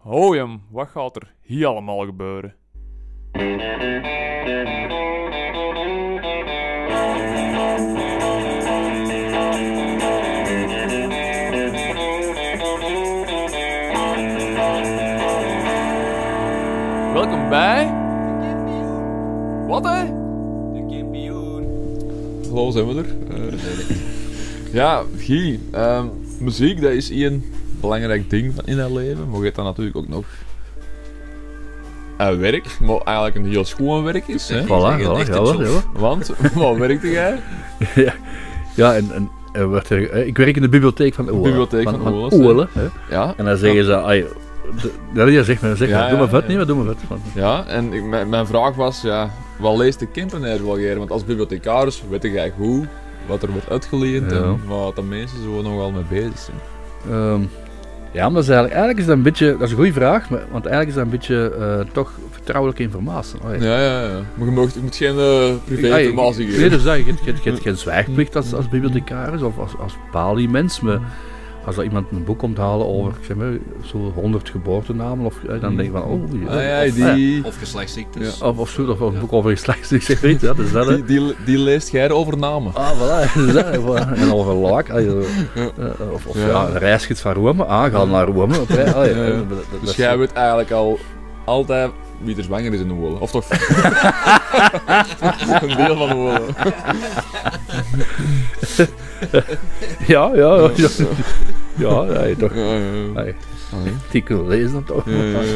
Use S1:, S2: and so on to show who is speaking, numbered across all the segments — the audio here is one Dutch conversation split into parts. S1: Hoi hem, wat gaat er hier allemaal gebeuren? Welkom bij. Wat hè?
S2: De kampioen.
S1: Hallo, zijn we er? Eh, ja, Guy, ehm, muziek dat is één belangrijk ding van in het leven, maar je hebt dan natuurlijk ook nog een werk, maar eigenlijk een heel schoon werk is. Hè?
S3: Voilà,
S2: Ik zeg het,
S3: voilà,
S2: echt
S3: ja,
S2: een
S3: hoor,
S2: job.
S3: ja, hoor.
S1: Want, wat werkte jij?
S3: ja, en, en er wordt er, eh, ik werk in de bibliotheek van Oele.
S1: bibliotheek van Oele, hè.
S3: Oele. hè.
S1: Ja,
S3: En dan zeggen ze, ai, d- dat is zeg maar, zeg
S1: Ja,
S3: maar, doe
S1: ja,
S3: maar vet,
S1: ja.
S3: nee, maar doe maar vet. Want-
S1: ja en ik, mijn, mijn vraag was, ja, wat leest de Kempenaar wel hier? Want als bibliothecaris weet jij hoe, wat er wordt uitgeleend
S3: Ja.
S1: en wat de mensen zo nogal mee bezig zijn.
S3: Ehm, ja, maar dat is eigenlijk, eigenlijk is dat een beetje, dat is een goede vraag, maar, want eigenlijk is dat een beetje eh, toch vertrouwelijke informatie. Ai.
S1: Ja, ja, ja. Maar je, mag, je moet geen eh privé
S3: Ai,
S1: informatie
S3: Nee,
S1: geven.
S3: dus dat, je hebt- je hebt- je hebt geen zwijgplicht als, als bibliothecaris of als, als mens maar
S1: Mm.
S3: als er iemand een boek komt halen over, ik zeg maar, zo'n 100 geboortenamen, of, eh, dan denk je van, oh, ja,
S1: Ah, ja,
S3: of-
S1: die...
S2: Of geslachtsziektes.
S3: Of, of zo, of een boek over geslacht, ik zeg weet je, dat is dat, hè.
S1: Dus- Die, die, die leest jij over namen.
S3: Ah, voilà, dat is dat, hè, voilà. En over laak, ah, zo. Eh, of, of
S1: Ja.
S3: ja. een reisgids van Rome, ah, ga naar Rome. op rei- ah, ja,
S1: Ja, ja.
S3: dat- dat- dat
S1: Dus
S3: is-
S1: jij weet eigenlijk al altijd wie er zwanger is in de wolen. Of toch? een deel van de wolen.
S3: Ja, ja, ja. Ja, ja, ja, toch.
S1: Ja, ja, ja.
S3: Hey, die kunnen lezen dan toch?
S1: Ja, ja, Dus,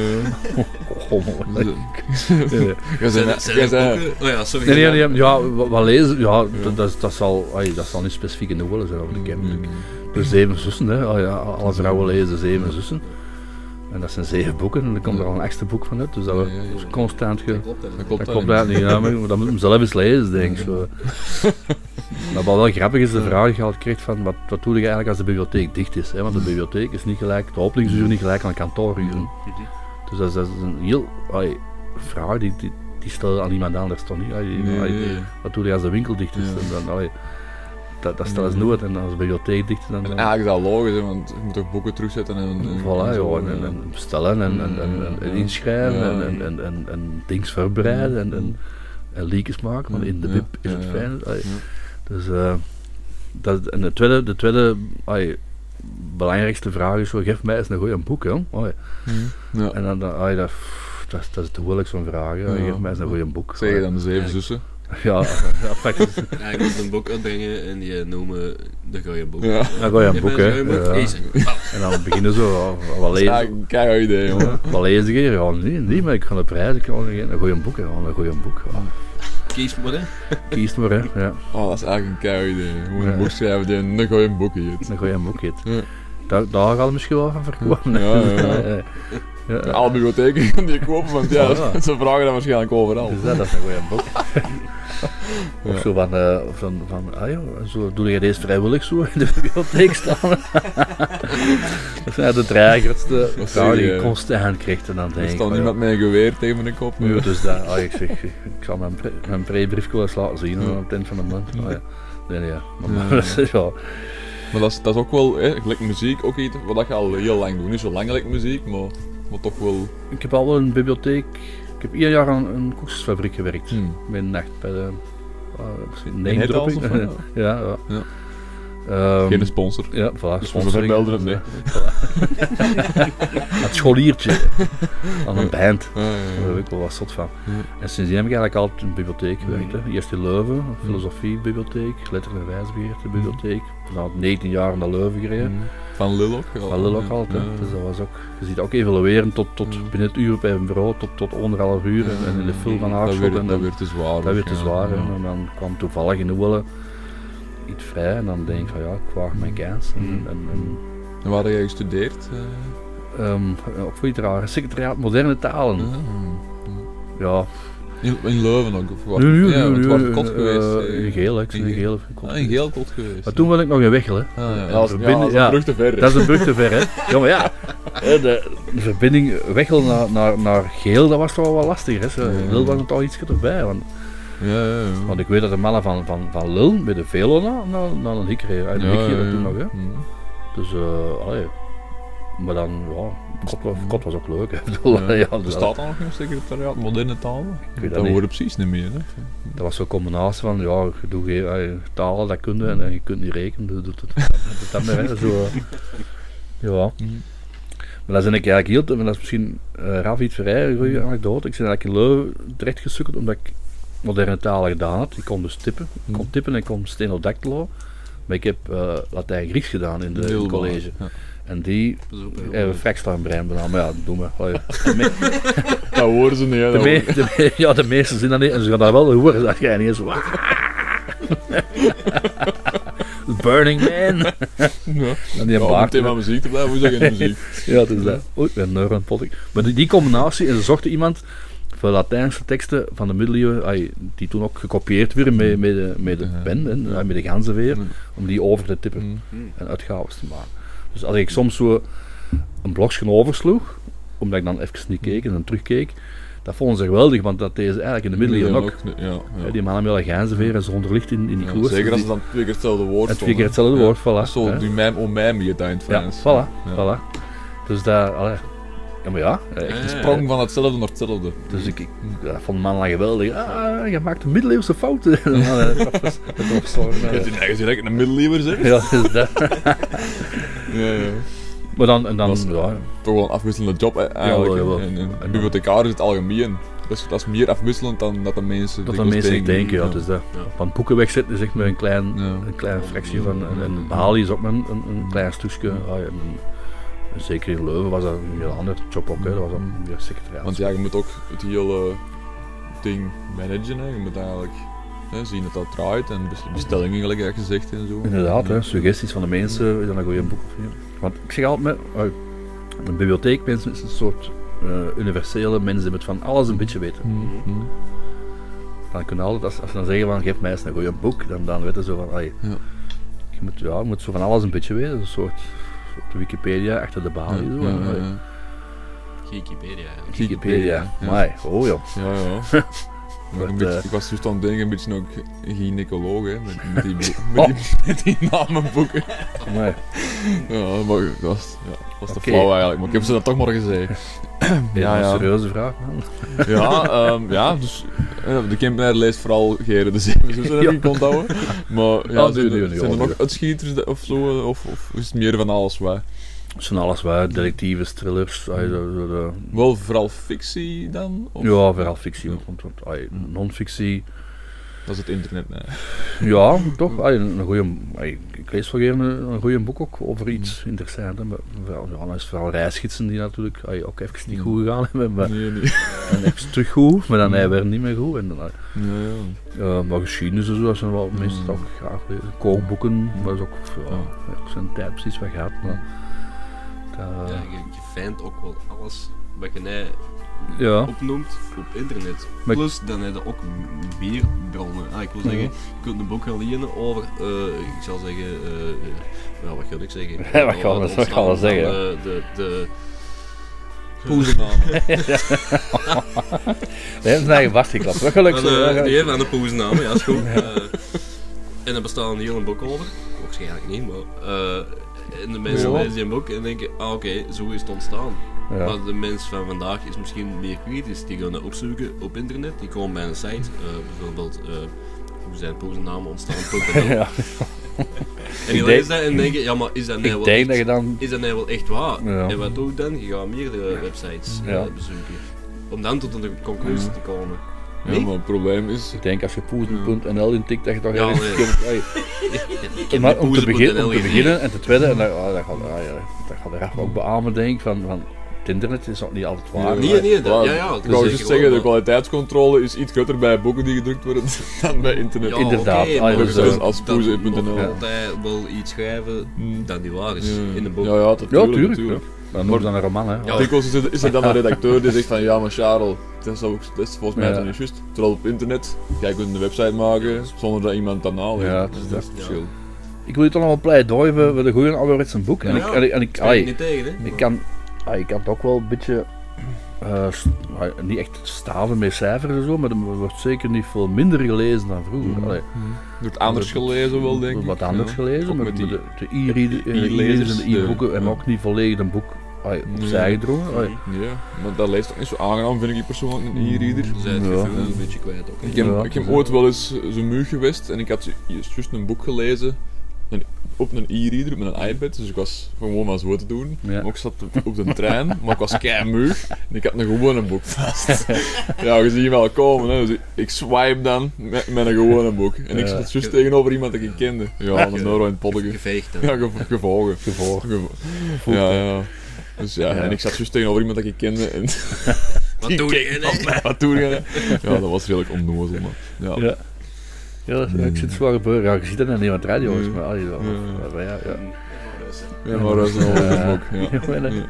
S1: ja.
S3: Gommel. Eh,
S1: Jij
S2: Zijn
S1: zei-
S2: er- zijn
S1: jij
S2: er
S1: zei-
S2: boeken? Oh ja, sorry.
S3: Nee, nee, nee, ja, wa- wat lezen, ja, dat, dat, dat zal, ai, dat zal niet specifiek in de woorden zijn over de
S1: Mm.
S3: camp. natuurlijk. Dus zeven zussen, hè. Ah, ja, alle vrouwen lezen zeven zussen. En dat zijn zeven boeken, en er komt er al een extra boek van uit, dus dat
S1: Ja, ja, ja.
S3: is constant ge...
S2: Klopt dat?
S1: Dat klopt,
S3: Dat klopt
S1: hè?
S3: eigenlijk niet, ja, maar dat moet hem zelf eens lezen, denk ik. Zo. Maar wat wel grappig is, de vraag die je altijd krijgt van wat, wat doe je eigenlijk als de bibliotheek dicht is. Hè? Want de bibliotheek is niet gelijk, de openingsuur niet gelijk aan de kantooruren. Dus dat is, dat is een heel allee, vraag die, die, die stel je aan iemand anders toch niet. Allee,
S1: Nee,
S3: allee,
S1: nee, nee.
S3: Wat doe je als de winkel dicht is?
S1: Ja.
S3: Dan, allee, dat, dat stel je nooit en als de bibliotheek dicht is dan...
S1: En
S3: dan-
S1: Eigenlijk is dat logisch, hè, want je moet toch boeken terugzetten en... en
S3: Voilà,
S1: Mm, en zo,
S3: joh, en, en,
S1: ja. Mm,
S3: en bestellen en, en, en, en- en inschrijven
S1: Ja.
S3: en, en, en, en, en dings verbreiden en, en, en leakjes maken, maar in de
S1: Ja,
S3: WIP is
S1: Mm, ja,
S3: het
S1: ja.
S3: fijn. Allee, Dus, eh, dat, en de tweede, de tweede allee, belangrijkste vraag is, zo, geef mij eens een goeie boek. Hè? Allee,
S1: Mm, Ja.
S3: En dan, dan, allee, dat, pff, dat, is- dat is de moeilijkste van vragen, hè.
S1: Ja.
S3: geef mij eens een goeie boek.
S1: Zeg je
S3: Allee,
S1: dan de zeven zussen?
S3: Ja, ja praktisch.
S2: Ja, ik moet een boek uitbrengen en die eh, noemen de goeie boek.
S1: Ja.
S3: Een goeie boek, hè. Ja.
S2: Ja.
S3: En dan beginnen zo, ja,
S1: Dat
S3: wat
S1: is
S3: lezen.
S1: eigenlijk een keihard idee, jongen.
S3: Wat lees ik hier? Ja, nee, nee, maar ik ga de prijs, ik ga een goeie boek, hè. een goeie boek. Ja.
S2: Kies maar, hè.
S3: Kies maar, hè. Ja,
S1: Oh, dat is eigenlijk een keihard idee. Je moet een
S3: Ja.
S1: boek schrijven die een goeie boek heet.
S3: een goeie boek heet.
S1: Ja.
S3: Daar, daar gaan we misschien wel van verkopen. hè.
S1: Ja, ja, ja.
S3: Ja, ja.
S1: Alle bibliotheken gaan die kopen, want ja,
S3: Ja.
S1: ze vragen dat waarschijnlijk overal.
S3: Dus dat, dat is een goeie boek.
S1: Oh. Ja.
S3: Of zo van, eh, of van, van ah joh, zo doe je deze vrijwillig zo in de bibliotheek staan. dat zijn de drie grootste
S1: Dat
S3: vragen die
S1: zie
S3: je
S1: je.
S3: constant krijgt. En dan denk
S1: Er
S3: ik,
S1: staat
S3: van,
S1: niemand met een geweer tegen mijn kop.
S3: ja, dus dat, ah, ik zeg, ik zal mijn, pre, mijn prebrief wel eens laten zien
S1: Ja.
S3: aan het eind van de maand. Ah, ja. Nee, nee, ja. Maar,
S1: Ja.
S3: dat is- ja.
S1: Maar dat is, dat is ook wel, hè, gelijk muziek, ook iets wat je al heel lang doet. Niet zo lang gelijk muziek, maar, maar toch wel.
S3: Ik heb al wel een bibliotheek. Ik heb ieder jaar aan een koekjesfabriek gewerkt.
S1: Hm.
S3: Mijn nacht bij de. eh, misschien
S1: In
S3: name
S1: het als
S3: dropping.
S1: of wat?
S3: ja, ja.
S1: Ja.
S3: Ehm,
S1: Geen dus sponsor.
S3: ja, voilà, sponsoring.
S1: vermelden het, nee.
S3: Ja, voilà. het scholiertje aan een band.
S1: Ah, Ja, ja,
S3: Daar heb
S1: ja.
S3: ik wel wat zot van.
S1: Ja.
S3: En sindsdien heb ik eigenlijk altijd in een bibliotheek gewerkt.
S1: Mhm.
S3: Hè. Eerst in Leuven, een filosofiebibliotheek, letter- en wijsbegeertebibliotheek. Vanaf 19 jaar naar Leuven gereden.
S1: Hmm. Van Lil ook. ja.
S3: Wel ook altijd.
S1: Ja. Mm.
S3: Dus dat was ook, je ziet ook evalueren tot, tot
S1: Ja.
S3: binnen het uur bij een bureau, tot, tot anderhalf uur. En, en in de film van
S1: Mm. dat
S3: Aarschot.
S1: werd,
S3: en
S1: dat
S3: dan-
S1: werd te zwaar.
S3: Dat werd te zwaar.
S1: Ja.
S3: hè. En dan kwam toevallig in Oele iets vrij. En dan denk ik van ja, ik waag
S1: Mm.
S3: mijn kans. En,
S1: Ja.
S3: en, en,
S1: En waar heb jij gestudeerd? eh?
S3: ehm, ook voor je dragen. Secretariaat Moderne Talen.
S1: Ja.
S3: Ja,
S1: In, in Leuven ook? Of wat?
S3: nu, nu,
S1: ja,
S3: nu,
S1: het
S3: nu,
S1: was
S3: eh,
S1: kot geweest.
S3: eh,
S1: eh.
S3: in geel, hè. ik ben
S1: in
S3: in
S1: geel.
S3: geel. heb ik kot
S1: Ah, in
S3: geweest.
S1: geel kot geweest.
S3: Maar toen wil ik nog in Wechel, hè.
S1: Ah, ja.
S3: en
S1: Dat is-
S3: verbinden-
S1: ja, dat is
S3: ja.
S1: een brug te ver.
S3: Dat is een brug te ver, hè. Ja, maar ja. hè, De, de verbinding Wechel naar, naar, naar Geel, dat was toch wel wat lastig, hè. Zo,
S1: Ja.
S3: Lul was het al iets erbij, want
S1: Ja, ja, ja.
S3: Want ik weet dat de mannen van, van, van Lul bij de Velo naar, naar, naar een hik reden. En een hikje dat toen nog, hè.
S1: Mm.
S3: Dus, eh allee. Maar dan, ja, kot was, kot was ook leuk. hè. Ik bedoel, ja, dus dat-
S1: Bestaat dat nog een secretariaat moderne talen?
S3: weet
S1: Dat,
S3: dat niet.
S1: hoort precies niet meer. Hè?
S3: Dat was zo'n combinatie van, ja, je doet geen- eh, talen, dat kun je, en, en je kunt niet rekenen, dus doet het, doet dat maar, hè, zo. Ja. Maar dan ben ik eigenlijk heel, te- maar dat is misschien eh Raf iets vrij, een goede anekdote. Ik ben eigenlijk in Leuven terecht gesukkeld omdat ik moderne talen gedaan had. Ik kon dus tippen, ik kon tippen en ik kon stenodactylo. Maar ik heb eh, Latijn-Grieks gedaan in de in
S1: Heel
S3: het college.
S1: belangrijk,
S3: En die
S2: Dat is ook heel
S3: hebben
S2: leuk.
S3: Fraxlaanbrein benamd. Maar ja, doe maar. Allee.
S1: ja. Dat horen ze niet. hè,
S3: De,
S1: dat
S3: me-
S1: horen-
S3: de me- ja, de meesten zien dat niet. En ze gaan dat wel horen. Dat jij niet eens... "Wah." Burning Man.
S1: Ja.
S3: En die
S1: Ja, om
S3: baard.
S1: thema muziek te blijven, hoe zeg je in muziek?
S3: Ja, het is dat. Oei, een neuro aan het Maar die, die combinatie, en ze zochten iemand voor Latijnse teksten van de middeleeuwen, ai, die toen ook gekopieerd werden met, met de, met de
S1: Ja.
S3: pen, en, ai, met de ganzenveer,
S1: Ja.
S3: om die over te tippen
S1: Mm.
S3: en uitgaves te maken. Dus als ik soms zo een blokje oversloeg, omdat ik dan even niet keek en dan terugkeek, dat vonden ze geweldig, want dat deze eigenlijk in de middeleeuwen ook.
S1: Ja, ja.
S3: Ja, die mannen met een ganzenveer en zonder licht in, in die
S1: Ja,
S3: koers. Dus
S1: Zeker als
S3: Die-
S1: ze dan twee keer hetzelfde woord
S3: en twee keer
S1: stonden.
S3: hetzelfde
S1: Ja.
S3: woord, voilà.
S1: Zo,
S3: hè.
S1: die mijm om mijm je daar in het
S3: ja,
S1: Frans.
S3: voilà,
S1: Ja.
S3: voilà. Dus daar, allee. Ja, maar ja. eh,
S2: Ja, ja,
S3: echt een
S2: ja.
S3: sprong.
S1: Sprong van hetzelfde naar hetzelfde.
S3: Dus ik, ik ja, dat vond de man dan geweldig. Ah, je maakt een middeleeuwse fouten. En dan, eh, dat was- dat was zo, eh,
S1: Je zit direct een middeleeuwer, zeg.
S3: Ja, dus dat.
S1: Ja, ja.
S3: Maar dan, en dan,
S1: Was-
S3: ja,
S1: Toch wel een afwisselende job, hè, eigenlijk.
S3: Jawel, jawel.
S1: En, en,
S3: En-
S1: bibliothecaris in het algemeen. Dat is, dat is meer afwisselend dan dat de mensen
S3: dat de
S1: dikwijls
S3: mensen echt denken, ja, dus dat.
S2: Ja.
S3: Van boeken wegzetten is echt maar een klein,
S1: Ja.
S3: een klein fractie van, en, en Bali is ook maar een, een, een klein stukje. Ah, ja, en- en zeker in Leuven was dat een heel ander job ook, hè. dat was dan weer secretariaat.
S1: Want ja, je moet ook het hele ding managen. Hè. Je moet eigenlijk hè, zien dat dat draait en bes- bestellingen, gelijk dat gezegd en zo.
S3: Inderdaad, hè, suggesties van de mensen, is dat een goede boek of niet? Want ik zeg altijd, met, eh, een bibliotheek mensen is een soort eh, universele mensen met van alles een beetje weten.
S1: Mm, mm.
S3: Dan kunnen altijd, als, als ze dan zeggen van geef mij eens een goede boek, dan, dan weten ze van, ai,
S1: Ja.
S3: je, moet, ja, je moet zo van alles een beetje weten, een soort, soort Wikipedia achter de balie. Ah, zo,
S1: Ja, ja,
S3: hè. Ai,
S1: ja.
S2: Wikipedia. ja.
S3: Wikipedia,
S1: Ja.
S3: Amai, oh ja.
S1: Ja, ja. Maar een
S3: Wat,
S1: beetje-
S3: eh,
S1: ik was juist aan het denken, een beetje ook gynaecoloog, hè, met, met, die, bo-
S3: Oh.
S1: met, die, met die namenboeken.
S3: Amai.
S1: Ja, maar dat was, ja, dat was te
S3: Oké.
S1: flauw eigenlijk, maar ik heb ze dat toch maar gezegd.
S3: Is dat
S1: Ja,
S3: een
S1: ja.
S3: serieuze vraag, man.
S1: Ja, ehm, ja dus eh, de Kempenaar leest vooral Geren de Zeven Zussen, heb
S3: Ja.
S1: ik onthouden. Maar ja,
S3: Ah,
S1: zijn,
S3: nee, nee,
S1: er-
S3: nee,
S1: zijn er
S3: ja,
S1: nog uitschieters dat- of zo, eh, of, of is het meer van alles waar?
S3: Het zijn alles waar, detectives, thrillers, ai, de- de- de-
S1: Wel vooral fictie dan? Of?
S3: ja, vooral fictie,
S1: Ja.
S3: want, want, ai, non-fictie,
S1: Dat is het internet, nee.
S3: Ja, toch. Allee, een een goeie, allee, ik lees wel gerne een, een goeie boek ook over iets interessants. hè. Maar Vooral, ja, dan is het vooral reisgidsen die natuurlijk allee, ook even niet
S1: Mm.
S3: goed gegaan hebben. Maar,
S1: Nee, nee.
S3: en even terug goed, maar dan hij weer niet meer goed. En dan, allee,
S1: Ja, ja.
S3: eh, maar geschiedenis en zo, dat zijn wel mensen
S1: Mm.
S3: ook graag lezen. Kookboeken, dat is ook ja,
S1: Ja.
S3: heeft zijn tijd precies wat gehad. Maar, dat,
S2: Ja, je, je vindt ook wel alles wat je net
S3: ja,
S2: opnoemt op internet.
S3: Maar-
S2: Plus, dan heb je ook m- meer bronnen. Ah, ik wil zeggen, je kunt een boek gaan lenen over, eh, ik zal zeggen, eh, nou, wat kan ik zeggen?
S3: Ja, wat gaan we- wat gaan we zeggen?
S2: De, de, de,
S1: Poezenamen.
S3: Hij heeft zijn eigen vastgeklapt. Wat gelukkig.
S2: van, eh,
S3: zo,
S2: die
S3: ja.
S2: heeft aan de poesnaam, ja, is goed. Eh, en er bestaat een heel boek over. Waarschijnlijk niet, maar... eh, en de mensen
S1: Ja.
S2: lezen die boek en denken, ah oké, zo is het ontstaan.
S3: Ja.
S2: Maar de mens van vandaag is misschien meer kritisch. Die gaan dat opzoeken op internet. Die komen bij een site, eh, bijvoorbeeld eh, hoe zijn poesennamen ontstaan.nl.
S3: Ja.
S2: En die
S3: Ik
S2: lezen dat en denken, ja maar is dat nou
S3: Ik
S2: wel
S3: denk dat
S2: echt,
S3: je dan
S2: is dat nou wel echt waar?
S3: Ja.
S2: En wat doe je dan? Je gaat meerdere websites eh,
S3: Ja.
S2: bezoeken. Om dan tot een conclusie te komen.
S1: Ja, maar het probleem is...
S3: Ik denk als je poezen.nl intikt, dat je toch
S2: Ja,
S3: ergens
S2: nee.
S3: komt. Ai. Maar om te,
S2: poezen.nl
S3: begin, om te
S2: gezien.
S3: beginnen en te tweede, en dat, ah, dat, gaat, ah, ja, dat gaat de Raf ook beamen, denk ik, van, van het internet is ook niet altijd waar.
S2: Nee,
S1: maar-
S2: nee, dat-
S1: maar-
S2: ja, ja,
S1: Ik
S2: dat
S3: is
S1: wou
S2: zeker
S1: juist zeggen,
S2: wel,
S1: de
S2: maar-
S1: kwaliteitscontrole is iets groter bij boeken die gedrukt worden dan bij internet.
S2: Ja,
S3: Inderdaad,
S2: oké,
S3: ah,
S2: maar
S3: dat
S2: je
S3: is, eh,
S2: kunt
S1: als
S2: dan
S1: poezen.nl.
S2: nog altijd wel iets schrijven
S1: Mm.
S2: dat niet waar is
S1: Ja.
S2: in een boek.
S1: Ja, ja, tuurlijk,
S3: Ja, tuurlijk.
S1: natuurlijk.
S3: ja. Dan noem je dan een roman, hè.
S2: Ja.
S1: Dikwijls is er, is er dan een redacteur die zegt van ja, maar Charles, dat is, ook, dat is volgens mij
S3: Ja.
S1: toch niet juist. Terwijl op internet, jij kunt een website maken zonder dat iemand dat naal heeft.
S3: Ja, dus
S1: dat
S3: dat
S1: is
S3: is
S1: het verschil.
S3: Ik wil je toch nog wel pleidooi voor, voor de goede ouderwetse boek. En
S2: Ja.
S3: ik, en ik, en ik,
S2: Daar ben
S3: ai,
S2: ik niet tegen, hè? Dus
S3: ik kan, ai, ik kan het ook wel een beetje, eh, st- ai, niet echt staven met cijfers en zo, maar er wordt zeker niet veel minder gelezen dan vroeger. Allee,
S1: Wordt anders gelezen Mm. wel, denk ik.
S3: Wat anders
S1: Ja.
S3: gelezen,
S1: Ook
S3: maar
S1: met
S3: met
S1: die
S3: de, de e-readers eh, en de
S1: e-lezers,
S3: e-boeken
S1: de-
S3: en
S1: ja.
S3: ook niet volledig een boek allee,
S1: Nee.
S3: opzij gedrongen. Allee,
S1: Ja, maar dat leest ook niet zo aangenaam, vind ik hier persoonlijk niet hier ieder.
S2: Dus hij het
S3: Ja.
S2: gevoel een beetje kwijt ook. hè.
S1: Ik heb,
S3: Ja.
S1: ik heb ooit wel eens zo'n muur geweest en ik had ju- juist juist een boek gelezen een- op een e-reader, met een iPad, dus ik was gewoon maar zo te doen.
S3: Ja.
S1: Maar ik zat op- op de trein, maar ik was keimuur en ik had nog gewoon een boek vast. ja, je ziet wel komen, hè. dus ik, ik swipe dan met, met een gewone boek. En ik
S3: Ja.
S1: zat juist tegenover iemand dat ik kende. Ja, dat is Noro in het poddeke.
S2: Geveegd dan.
S1: Ja, gev- gevolgen.
S3: Gevolgen.
S1: Gevo- Ja, ja. Dus ja,
S3: Ja.
S1: en ik zat juist tegenover iemand dat ik kende en
S2: Wat doe je? hè?
S1: wat doen jullie? Ja, dat was redelijk onnozel, maar ja.
S3: Ja. Ja, dat is, ik zit zwaar gebeuren. Ja, je ziet dat dan niet aan het radio,
S1: Ja.
S3: is, maar allee, wel-
S1: Ja.
S3: maar ja. ja.
S1: Ja, maar dat is een andere
S3: Ja.
S1: mok,
S3: Ja, bijna-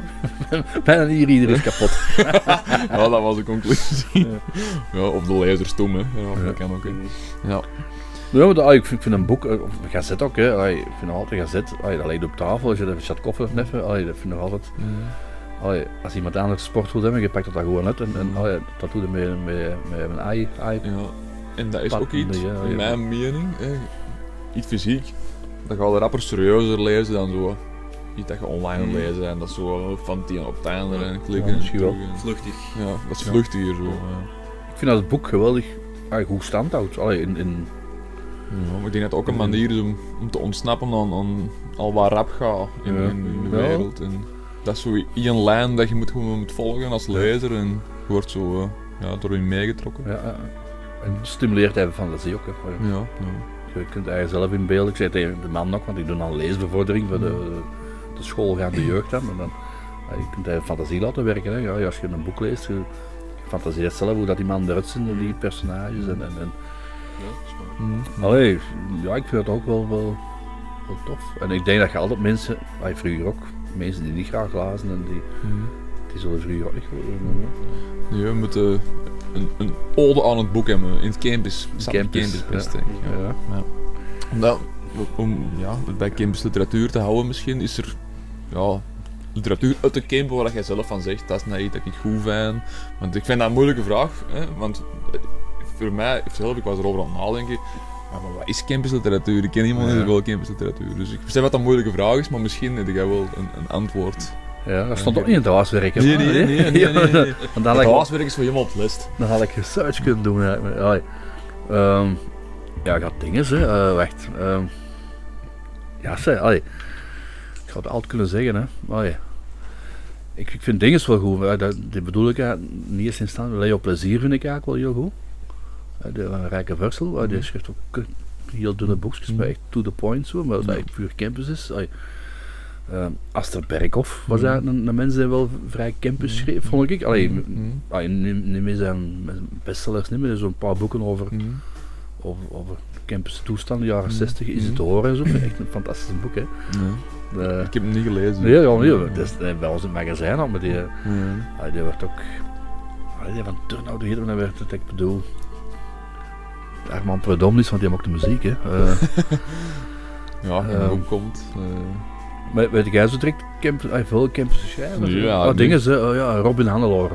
S3: Bijna hier iedereen is kapot.
S1: Ja. ja, dat was de conclusie. Ja, of de lezer stom, hè. Ja, dat kan ook. hè. Ja.
S3: Ja, maar dat, allee, ik vind, ik vind een boek, eh, of een gazet ook, hè. Allee, ik vind nog altijd een gazet. Allee, dat ligt op tafel, als je er een chat koffie hebt neffen, allee, dat vind ik nog altijd... Allee, als iemand anders sport wil hebben, je pakt dat dan gewoon uit en, en allee, dat doe je met, met, met mijn ei. ei.
S1: ja. En dat is
S3: Pat-
S1: ook iets,
S3: nee, ja,
S1: in
S3: ja.
S1: mijn mening, hè, iets fysiek. Dat ga je rapper serieuzer lezen dan zo. Iets dat je online
S2: Mm.
S1: lezen en dat is zo van tien op het einde en
S3: Ja,
S1: klikken.
S3: misschien wel.
S1: en-
S2: Vluchtig.
S1: Ja, dat is vluchtiger zo. Ja.
S3: Ik vind dat het boek geweldig allee, goed standhoudt. Allee, in, in,
S1: Ja, maar ik denk dat het ook een manier is om, om te ontsnappen aan, aan al wat rap gaat in,
S3: Ja.
S1: in de
S3: Ja.
S1: wereld. En dat is zo één lijn dat je moet, gewoon moet volgen als lezer en je wordt zo eh, ja, door je meegetrokken.
S3: ja, ja. en het stimuleert even fantasie ook. Hè. Ah, Allee.
S1: Ja, ja.
S3: Je kunt eigenlijk zelf in beeld. Ik zei tegen de man ook, want ik doe dan leesbevordering voor
S1: Hmm.
S3: de, de schoolgaande jeugd. Hè, maar dan, ja, je kunt eigenlijk fantasie laten werken. Hè. Ja, als je een boek leest, je fantaseert zelf hoe dat die man eruit ziet, en
S1: Hmm.
S3: die personages. En, en, en. Allee, ja, ik vind dat ook wel, wel, wel tof. En ik denk dat je altijd mensen, allee, vroeger ook, mensen die niet graag lazen, en die, die zullen vroeger ook niet geworden.
S1: Ja, we moeten een, een ode aan het boek hebben in het campus.
S3: Campus,
S1: campus best,
S3: ja.
S1: denk ik, ja.
S3: Ja.
S1: Omdat, om ja, het bij campus literatuur te houden misschien, is er ja, literatuur uit de campus waar jij zelf van zegt, dat is nou iets dat ik goed vind. Want ik vind dat een moeilijke vraag, hè, want eh, voor mij, zelf, ik was erover aan het nadenken, ja, maar wat is campus literatuur? Ik ken iemand die
S3: Ja.
S1: zegt wel campus literatuur. Dus ik besef wat dat een moeilijke vraag is, maar misschien heb jij wel een, een antwoord.
S3: Ja, dat stond ook niet in het huiswerk. hè,
S1: Nee,
S3: maar,
S1: nee,
S3: hè.
S1: nee, nee, nee, nee.
S3: Want
S1: Het
S3: dan had ik-
S1: huiswerk is voor helemaal op de lijst.
S3: Dan had ik research kunnen doen. eigenlijk. Maar, allee, ehm, ja, ik had dingen, hè. eh, wacht. ehm, ja, zeg, allee. Ik had het altijd kunnen zeggen, hè. Allee. Ik, ik vind dingen wel goed. maar dat, die bedoel ik eigenlijk niet eens in stand. Leo Plezier vind ik eigenlijk wel heel goed. Eh, de van Rijke Versel, eh,
S1: Mhm.
S3: die schrijft ook ke- heel dunne boekjes, maar echt to the point zo, maar dat
S1: Ja.
S3: echt puur campus is. Allee. Ehm, Aster Berghoff was
S1: Ja.
S3: eigenlijk een, een mens die wel vrij campus schreef, vond ik. Allee,
S1: Mhm.
S3: Ah, niet, niet meer zijn met zijn bestsellers, niet meer zo'n paar boeken over,
S1: Mhm.
S3: over, over campus toestanden, jaren
S1: Mhm.
S3: 60 is
S1: Mhm.
S3: het te horen en zo. Echt een fantastisch boek, hè.
S1: Ja.
S3: De,
S1: Ik heb hem niet gelezen.
S3: nee, ja, nee, dat is eh, bij ons in het magazijn al, maar die,
S1: Ja.
S3: ah, die werd ook... ah, die van Turnhout, die heette dat werd het, ik bedoel... Armand Predomnis, want die maakt de muziek, hè. Eh,
S1: Ja,
S3: Ehm.
S1: hoe komt. eh,
S3: maar weet jij zo direct campus, ah, veel campus schrijven?
S1: Ja,
S3: oh,
S1: nee.
S3: dingen, ze, oh ja, Robin Handeloor.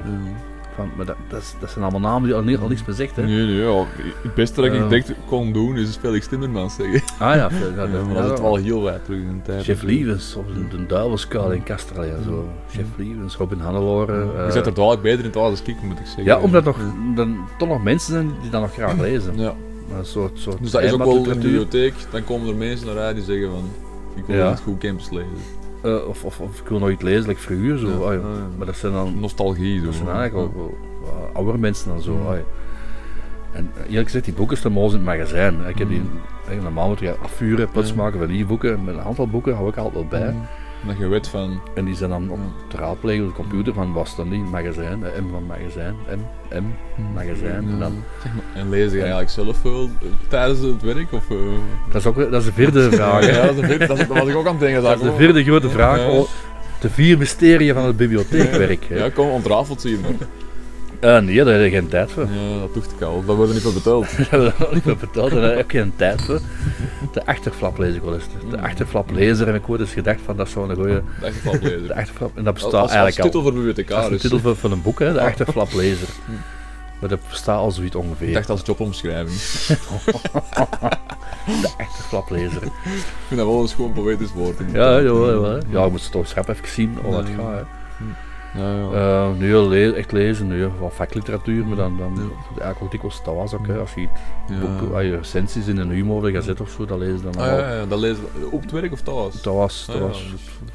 S3: Van, maar dat, dat, is- dat zijn allemaal namen die al, niet- al niks meer zegt, hè.
S1: Nee, nee, ja. Het beste dat
S3: Ja.
S1: ik denk kon doen is Felix Timmermans zeggen.
S3: Ah ja, veel- ja,
S1: Ja, maar dat is wel heel wijd terug in de tijd.
S3: Chef Lievens, of de, de Duivelskuil in Kastralen en zo.
S1: Mm-hmm.
S3: Chef Lievens, Robin Hannelore. eh,
S1: Je zit Mm-hmm. er dadelijk beter in het oude kick, moet ik zeggen.
S3: ja, omdat nog, dan, toch nog mensen zijn die dat nog graag lezen.
S1: Ja.
S3: Maar Een soort, soort
S1: Dus dat is ook wel in de
S3: heimatliteratuur.
S1: bibliotheek. Dan komen er mensen naar uit die zeggen van... Ik wil
S3: Ja.
S1: niet goed campus lezen.
S3: Eh, of, of, of ik wil nooit lezen, like vroeger zo.
S1: Ja.
S3: ah, ja.
S1: Ah, ja.
S3: Maar dat zijn dan
S1: Nostalgie, zo.
S3: dat zijn eigenlijk
S1: Ja.
S3: wel, wel, wel oude mensen dan zo.
S1: Mm.
S3: ah, ja. En eh, eerlijk gezegd, die boeken staan bij ons in het magazijn. hè. Ik heb die
S1: Mm.
S3: eh, normaal moet je afvuren, plots
S1: Ja.
S3: maken van die boeken. Met een aantal boeken hou ik altijd wel bij.
S1: En Mm. Dat je weet van...
S3: En die zijn dan op
S1: Ja.
S3: te raadplegen op de computer van was dat niet het magazijn, eh, M van magazijn, M, M, magazijn. En dan,
S1: En lees je eigenlijk zelf veel eh, tijdens het werk? Of, eh,
S3: dat, is ook, dat is de vierde vraag. hè.
S1: ja, dat, is de vierde, dat, is- dat was ik ook aan het denken.
S3: Dat is de vierde grote vraag.
S1: Ja.
S3: o- de vier mysterieën van het bibliotheekwerk. hè.
S1: Ja, kom, ontrafeld zien.
S3: Eh, nee, daar heb je geen tijd voor.
S1: Ja, dat doet ik al. Dat wordt er niet voor betaald.
S3: Daar hebben we nog niet meer verteld, daar heb je geen tijd voor. De achterflap lees ik wel eens. De achterflaplezer heb ik ooit eens gedacht van dat is zo'n goeie.
S1: Dat is wel
S3: De
S1: lezer.
S3: achterflap, en
S1: Als,
S3: dat
S1: als,
S3: bestaat
S1: als
S3: eigenlijk al.
S1: titel dus- voor
S3: Dat is de
S1: bibliothecaris.
S3: titel van, van een boek, hè, de achterflaplezer. Maar dat bestaat al zoiets ongeveer.
S1: Ik dacht als jobomschrijving. Ik
S3: De achterflaplezer.
S1: vind dat wel een schoon poëtisch woord.
S3: Ja, jawel, jawel. Ja, ik moet ze toch schrap even zien. Oh, wat
S1: Nee.
S3: gaat.
S1: Ja, ja.
S3: Eh, nu ja, le- echt lezen, nu ja, wat vakliteratuur, maar dan, dan eigenlijk ook dikwijls dat was ook, hè, als je iets
S1: Ja.
S3: boeken, als je recensies in een humor, de gazet of zo, dat lezen dan
S1: Ah,
S3: al.
S1: ja, ja, dat lezen we op het werk of thuis?
S3: Dat was, dat
S1: Ah, ja.
S3: was,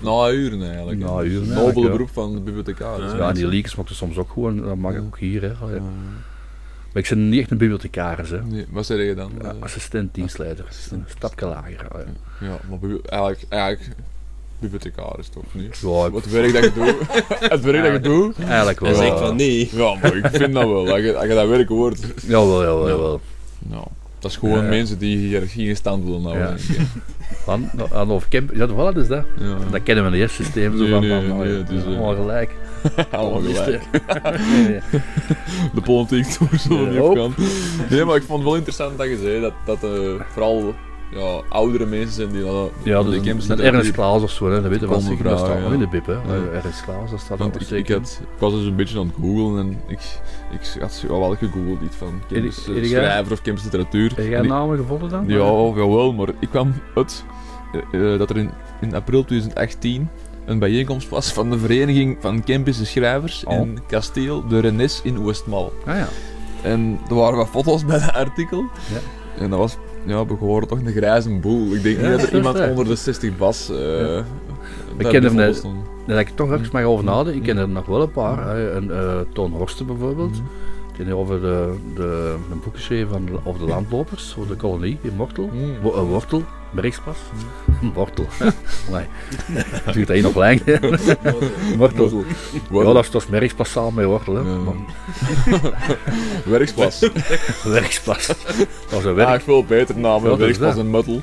S1: Na uren eigenlijk. hè.
S3: Na uren
S1: Het
S3: eigenlijk,
S1: nobele
S3: ja.
S1: beroep van de bibliothecaris.
S2: Ja,
S3: ja, en die leaks moeten soms ook gewoon, dat mag ook hier, hè. Allee.
S1: Ja.
S3: Maar ik ben niet echt een bibliothecaris, hè.
S1: Nee, wat zeg je dan?
S3: Ja,
S1: Eh,
S3: assistent dienstleider,
S1: assistent.
S3: een stapje lager. allee.
S1: Ja, maar bibli- eigenlijk, eigenlijk bibliothecaris toch niet?
S3: Ja, ik-
S1: Wat werk dat je doet. het werk dat je doet.
S3: Eigenlijk wel.
S2: Hij zegt van nee.
S1: Ja, maar ik vind dat wel. Als je, als je dat werk hoort.
S3: Jawel, jawel, jawel.
S1: Nou, dat is gewoon
S3: Ja.
S1: mensen die hiërarchie in stand willen houden.
S3: Ja.
S1: denk ik.
S3: Van, aan of Kemp, ja, voilà, dus dat.
S1: Ja.
S3: Dat kennen we in het systeem zo
S1: Nee,
S3: van,
S1: nee,
S3: van
S1: nee,
S3: allee,
S1: het is, eh,
S3: allemaal gelijk.
S1: Allemaal gelijk.
S3: Nee, nee.
S1: De politiek toer zullen we niet
S3: Ja.
S1: op gaan. Nee, maar ik vond het wel interessant dat je zei dat, dat eh, vooral ja, oudere mensen zijn die dan...
S3: Ja,
S1: die
S3: dus
S1: games
S3: een, een
S1: literatuur-
S3: Ernst Klaas of zo, hè. dat weten we
S1: Komen
S3: zeker.
S1: vragen,
S3: Dat staat nog
S1: ja.
S3: in de bib, hè.
S1: Ja.
S3: Ernst Klaas, dat staat
S1: Want
S3: nog
S1: ik, ik,
S3: zeker. in.
S1: had, ik was dus een beetje aan het googlen en ik, ik had zo- ja, wel gegoogeld iets van Kim's
S3: Erik, nou? jij-
S1: schrijver of Kim's literatuur.
S3: Heb jij
S1: En ik-
S3: namen gevonden dan?
S1: Ja, jawel, maar ik kwam uit eh, eh, dat er in, in april 2018 een bijeenkomst was van de Vereniging van Kempische Schrijvers
S3: Oh.
S1: in Kasteel de Rennes in Oostmal.
S3: Ah ja.
S1: En er waren wat foto's bij dat artikel.
S3: Ja.
S1: En dat was, ja, we horen toch een grijze boel. Ik denk
S3: Ja,
S1: niet dat er
S3: dat is
S1: iemand
S3: waar.
S1: onder de 60 was. eh daar
S3: ken hem
S1: bijvoorbeeld
S3: net.
S1: stond.
S3: Dat ik toch even mag over nadenken. Ik ken er nog wel een paar. hè. Een eh, Toon Horsten bijvoorbeeld.
S1: Mhm.
S3: Die heeft over de, de, een boek geschreven van, de- over de landlopers, over de kolonie in Mortel.
S1: Mm.
S3: Wo- een wortel, bergspas. Een wortel. Nee. Doe dat hier nog lang. hè. Wortel. Ja, dat is, dat is merkspas samen met wortel. Hè.
S1: Ja.
S3: Maar
S1: Werkspas.
S3: Werkspas. Dat is een
S1: Ja,
S3: werk.
S1: Ah, ik wil beter namen.
S3: Ja, dat is
S1: Werkspas
S3: dat.
S1: en muttel.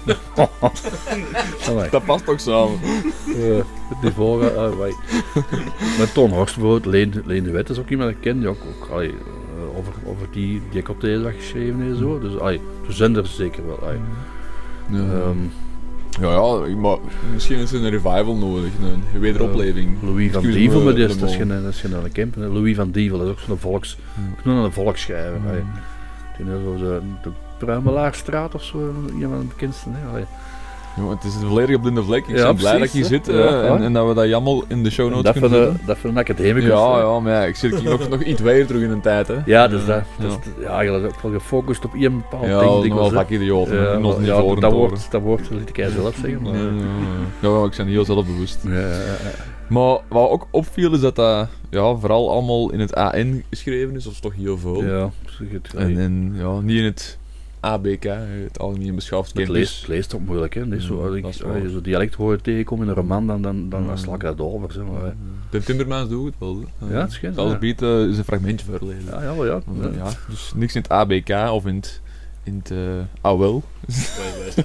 S3: Allee.
S1: Dat past ook samen.
S3: Eh, Het niveau, eh, ah, wij. Maar Ton Horst bijvoorbeeld, Leen, Leen de Wet is ook iemand dat ik ken, die ook, ook allee, eh, over, over die, die ik op deze dag geschreven en zo. Dus allee, de zender zeker wel. allee. Ehm,
S1: Ja, ja, ik- maar misschien is er een revival nodig, een een wederopleving.
S3: Louis van
S1: Excuse
S3: Dievel,
S1: me,
S3: maar die is,
S1: Le
S3: dat is
S1: Mans.
S3: geen, dat is geen Anne Kemp. hè. Louis van Dievel dat is ook zo'n volks, ook nog een volksschrijver. allee. Die is zo de, de Pruimelaarstraat of zo, een van de bekendste. Hè. allee.
S1: Ja, maar het is een volledig blinde vlek. Ik
S3: Ja,
S1: ben blij dat
S3: precies,
S1: je
S3: hè.
S1: zit eh,
S3: Ja,
S1: en,
S3: ja.
S1: en dat we dat jammer in de show notes
S3: Dat van
S1: kunnen
S3: de,
S1: zetten.
S3: dat van de academicus.
S1: Ja,
S3: hè.
S1: ja, maar ja, ik zit hier nog, nog iets wijder terug in de tijd, hè.
S3: Ja, dus dat,
S1: Ja.
S3: dat is, ja, je bent ook wel gefocust op één bepaald
S1: Ja,
S3: ding.
S1: nog wel
S3: dikwijls, hè.
S1: vaak idioot.
S3: Ja,
S1: Ja, nog niet
S3: ja,
S1: voor
S3: dat, woord, dat woord liet ik hij zelf zeggen.
S1: Ja,
S3: Maar,
S1: ja, ja. Ja, wel, ik ben heel zelfbewust.
S3: Ja, ja, ja, ja.
S1: Maar wat ook opviel is dat dat ja, vooral allemaal in het AN geschreven is, of toch heel veel.
S3: Ja, zeg het, allee.
S1: Oh. En, en ja, niet in het ABK, het Algemeen Beschaafd Dus
S3: het
S1: Kennis.
S3: leest, het leest ook moeilijk, hè. Het is zo,
S1: Ja,
S3: als, ik,
S1: Mm, dat is
S3: als
S1: waar. Mm.
S3: je zo'n dialect hoort tegenkomen in een roman, dan, dan, dan,
S1: Ja.
S3: sla ik dat over. Zeg maar.
S1: De Timmermans doet het wel. hè.
S3: Ja, het is geen
S1: Zelfs
S3: ja.
S1: Piet eh, is een fragmentje verleden.
S3: Ja, ja, wel, ja.
S1: Ja. dus niks in het ABK of in het, in het eh, AWEL.
S3: Ja.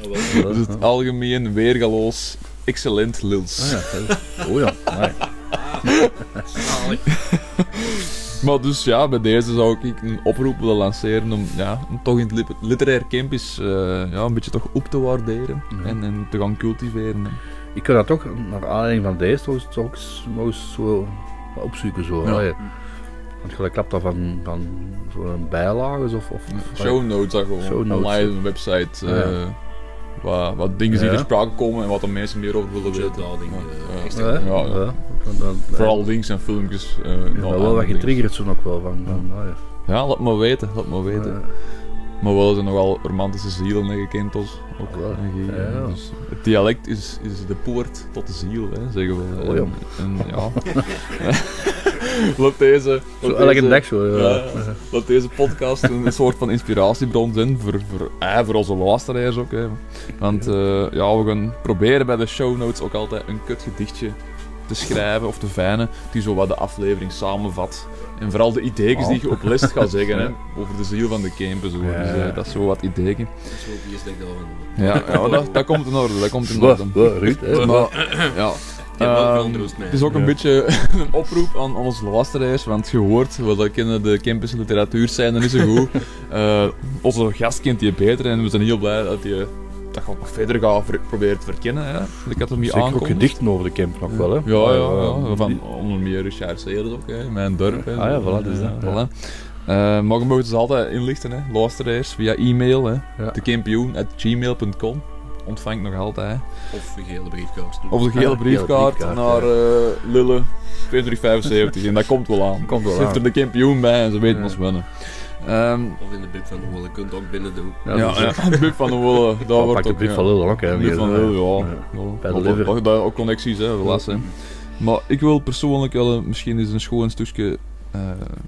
S1: Dus het algemeen weergaloos excellent
S3: Ah,
S1: lils.
S3: ja. Oh ja, amai.
S1: Maar dus ja, bij deze zou ik een oproep willen lanceren om, ja, om toch in het lip- literair campus eh, ja, een beetje toch op te waarderen
S3: Ja.
S1: en, en te gaan cultiveren. hè.
S3: Ik kan dat toch, naar aanleiding van deze, toch, toch eens- nog eens zo wat opzoeken. Zo,
S1: Ja.
S3: allee. Want je klapt daar van, van zo'n bijlages of... of of-
S1: Mm, Show notes, dat gewoon.
S3: Show notes,
S1: Online een website. eh, Wat, wat dingen die
S3: Ja.
S1: ter sprake komen en wat de mensen meer over willen weten.
S2: eh,
S3: Ja, hè.
S1: Ja, ja.
S3: Dan- dan-
S1: Vooral links en filmpjes. eh,
S3: Ja,
S1: nou,
S3: wel wat
S1: dingen.
S3: getriggerd zo ook wel van. van ah, ja.
S1: Ja, laat me weten, laat me weten.
S3: Eh,
S1: Maar wel zijn nogal romantische zielen hè, gekend als ook.
S3: Ja, wel.
S1: hè, ge-
S3: Ja.
S1: dus het dialect is, is de poort tot de ziel, hè, zeggen we.
S3: Oh, ja.
S1: En, en ja. laat deze,
S3: zo
S1: laat
S3: elke
S1: deze-
S3: dag zo. eh. ja.
S1: ja, laat deze podcast een soort van inspiratiebron zijn voor, voor, eh, voor onze luisteraars ook. Hè. Want eh, ja, we gaan proberen bij de show notes ook altijd een kut gedichtje te schrijven of te fijnen, die zo wat de aflevering samenvat. En vooral de ideeën die je op list gaat zeggen, hè, over de ziel van de camper. Zo.
S3: Ja.
S1: Dus, eh, dat is zo wat ideeën.
S2: Ik
S1: Ja, ja maar dat, dat komt in orde, dat komt in
S3: Wat,
S1: orde.
S3: wat, Ruud, hè?
S1: Maar, ja.
S2: heb wel
S1: Ehm,
S2: veel rust mee.
S1: het is ook een
S3: Ja.
S1: beetje een oproep aan, aan onze luisteraars, want je hoort, we kennen de campus literatuur zijn, dat is zo goed. Eh, onze gast kent die beter en we zijn heel blij dat je dat gewoon nog verder gaat ver- proberen te verkennen. Hè. Ik had hem niet
S3: Zeker ook
S1: aangekondigd.
S3: gedichten over de camp nog wel, hè?
S1: Ja, ja, ja,
S3: Eh,
S1: van
S3: die-
S1: onder meer Richard Seers ook, hè, mijn dorp. Hè.
S3: Ah ja, voilà, dus dat, ja.
S1: voilà. Eh, maar je mag het dus altijd inlichten, hè, luisteraars, via e-mail, hè,
S3: Ja.
S1: de kampioen at gmail.com. ontvangt nog altijd.
S2: Of een gele briefkaart.
S1: Of de
S3: Ah,
S1: gele
S3: gele
S1: briefkaart
S3: briefkaart,
S1: naar eh Lille 2375. en dat komt wel aan.
S3: Komt wel
S1: Ze heeft
S3: aan.
S1: er de kampioen bij en ze weten
S3: Ja.
S1: ons winnen. Ehm,
S2: Of in de bib van de Holle kunt ook binnen doen.
S3: Ja,
S1: ja,
S3: dat is-
S1: ja, Bip van de Wolle, daar
S3: Oh,
S1: wordt
S3: pak de
S1: ook...
S3: bib
S1: ja.
S3: van Lul dus, dan ook, hè.
S1: Bip van de Wolle, ja.
S3: Ja.
S1: Ja,
S3: Bij de
S1: ook-
S3: liver.
S1: ook- daar Ook connecties, hè, wel eens, hè. Maar ik wil persoonlijk wel een- misschien eens een schoon stukje... eh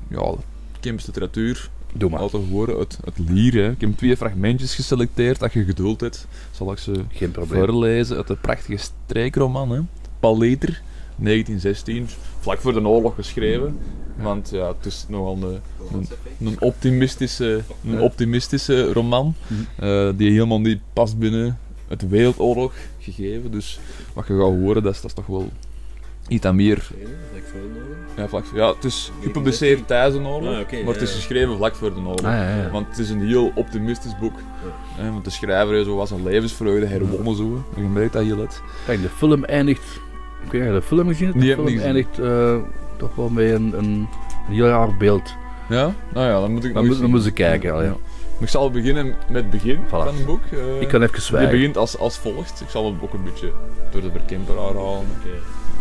S1: ja, Kim's literatuur
S3: Doe maar.
S1: laten horen uit, uit Lier. Hè. Ik heb twee fragmentjes geselecteerd. Als je geduld hebt, zal ik ze
S3: Geen probleem.
S1: voorlezen uit de prachtige strijkroman, hè? Paleter, 1916, vlak voor de oorlog geschreven. Want ja, het is nogal een, een, een optimistische, een optimistische roman,
S3: Mhm.
S1: eh, die helemaal niet past binnen het wereldoorlog gegeven. Dus wat je gaat horen, dat is, dat is toch wel iets dat meer...
S2: ik veel nodig.
S1: Ja, vlak, voor- ja, het is gepubliceerd tijdens de oorlog,
S2: Ah, oké,
S1: maar het is
S2: ja, ja.
S1: geschreven vlak voor de oorlog.
S3: Ah, ja, ja.
S1: Want het is een heel optimistisch boek. Hè, want de schrijver heeft zo wat zijn levensvreugde herwonnen. Zo. Je merkt dat heel het.
S3: Kijk, de film eindigt. Ik weet niet of je de film gezien hebt.
S1: Die
S3: De
S1: heb ik
S3: film
S1: niet
S3: eindigt eh, toch wel met een, een, een heel raar beeld.
S1: Ja? Nou ja, dan moet ik
S3: Dan
S1: nog
S3: moet- dan
S1: eens-
S3: moet ze kijken, al, ja.
S1: Maar Ik zal beginnen met het begin
S3: Voilà.
S1: van het boek. eh.
S3: Ik kan even
S1: die
S3: zwijgen.
S1: begint als, als volgt. Ik zal het ook een beetje door de verkimper halen.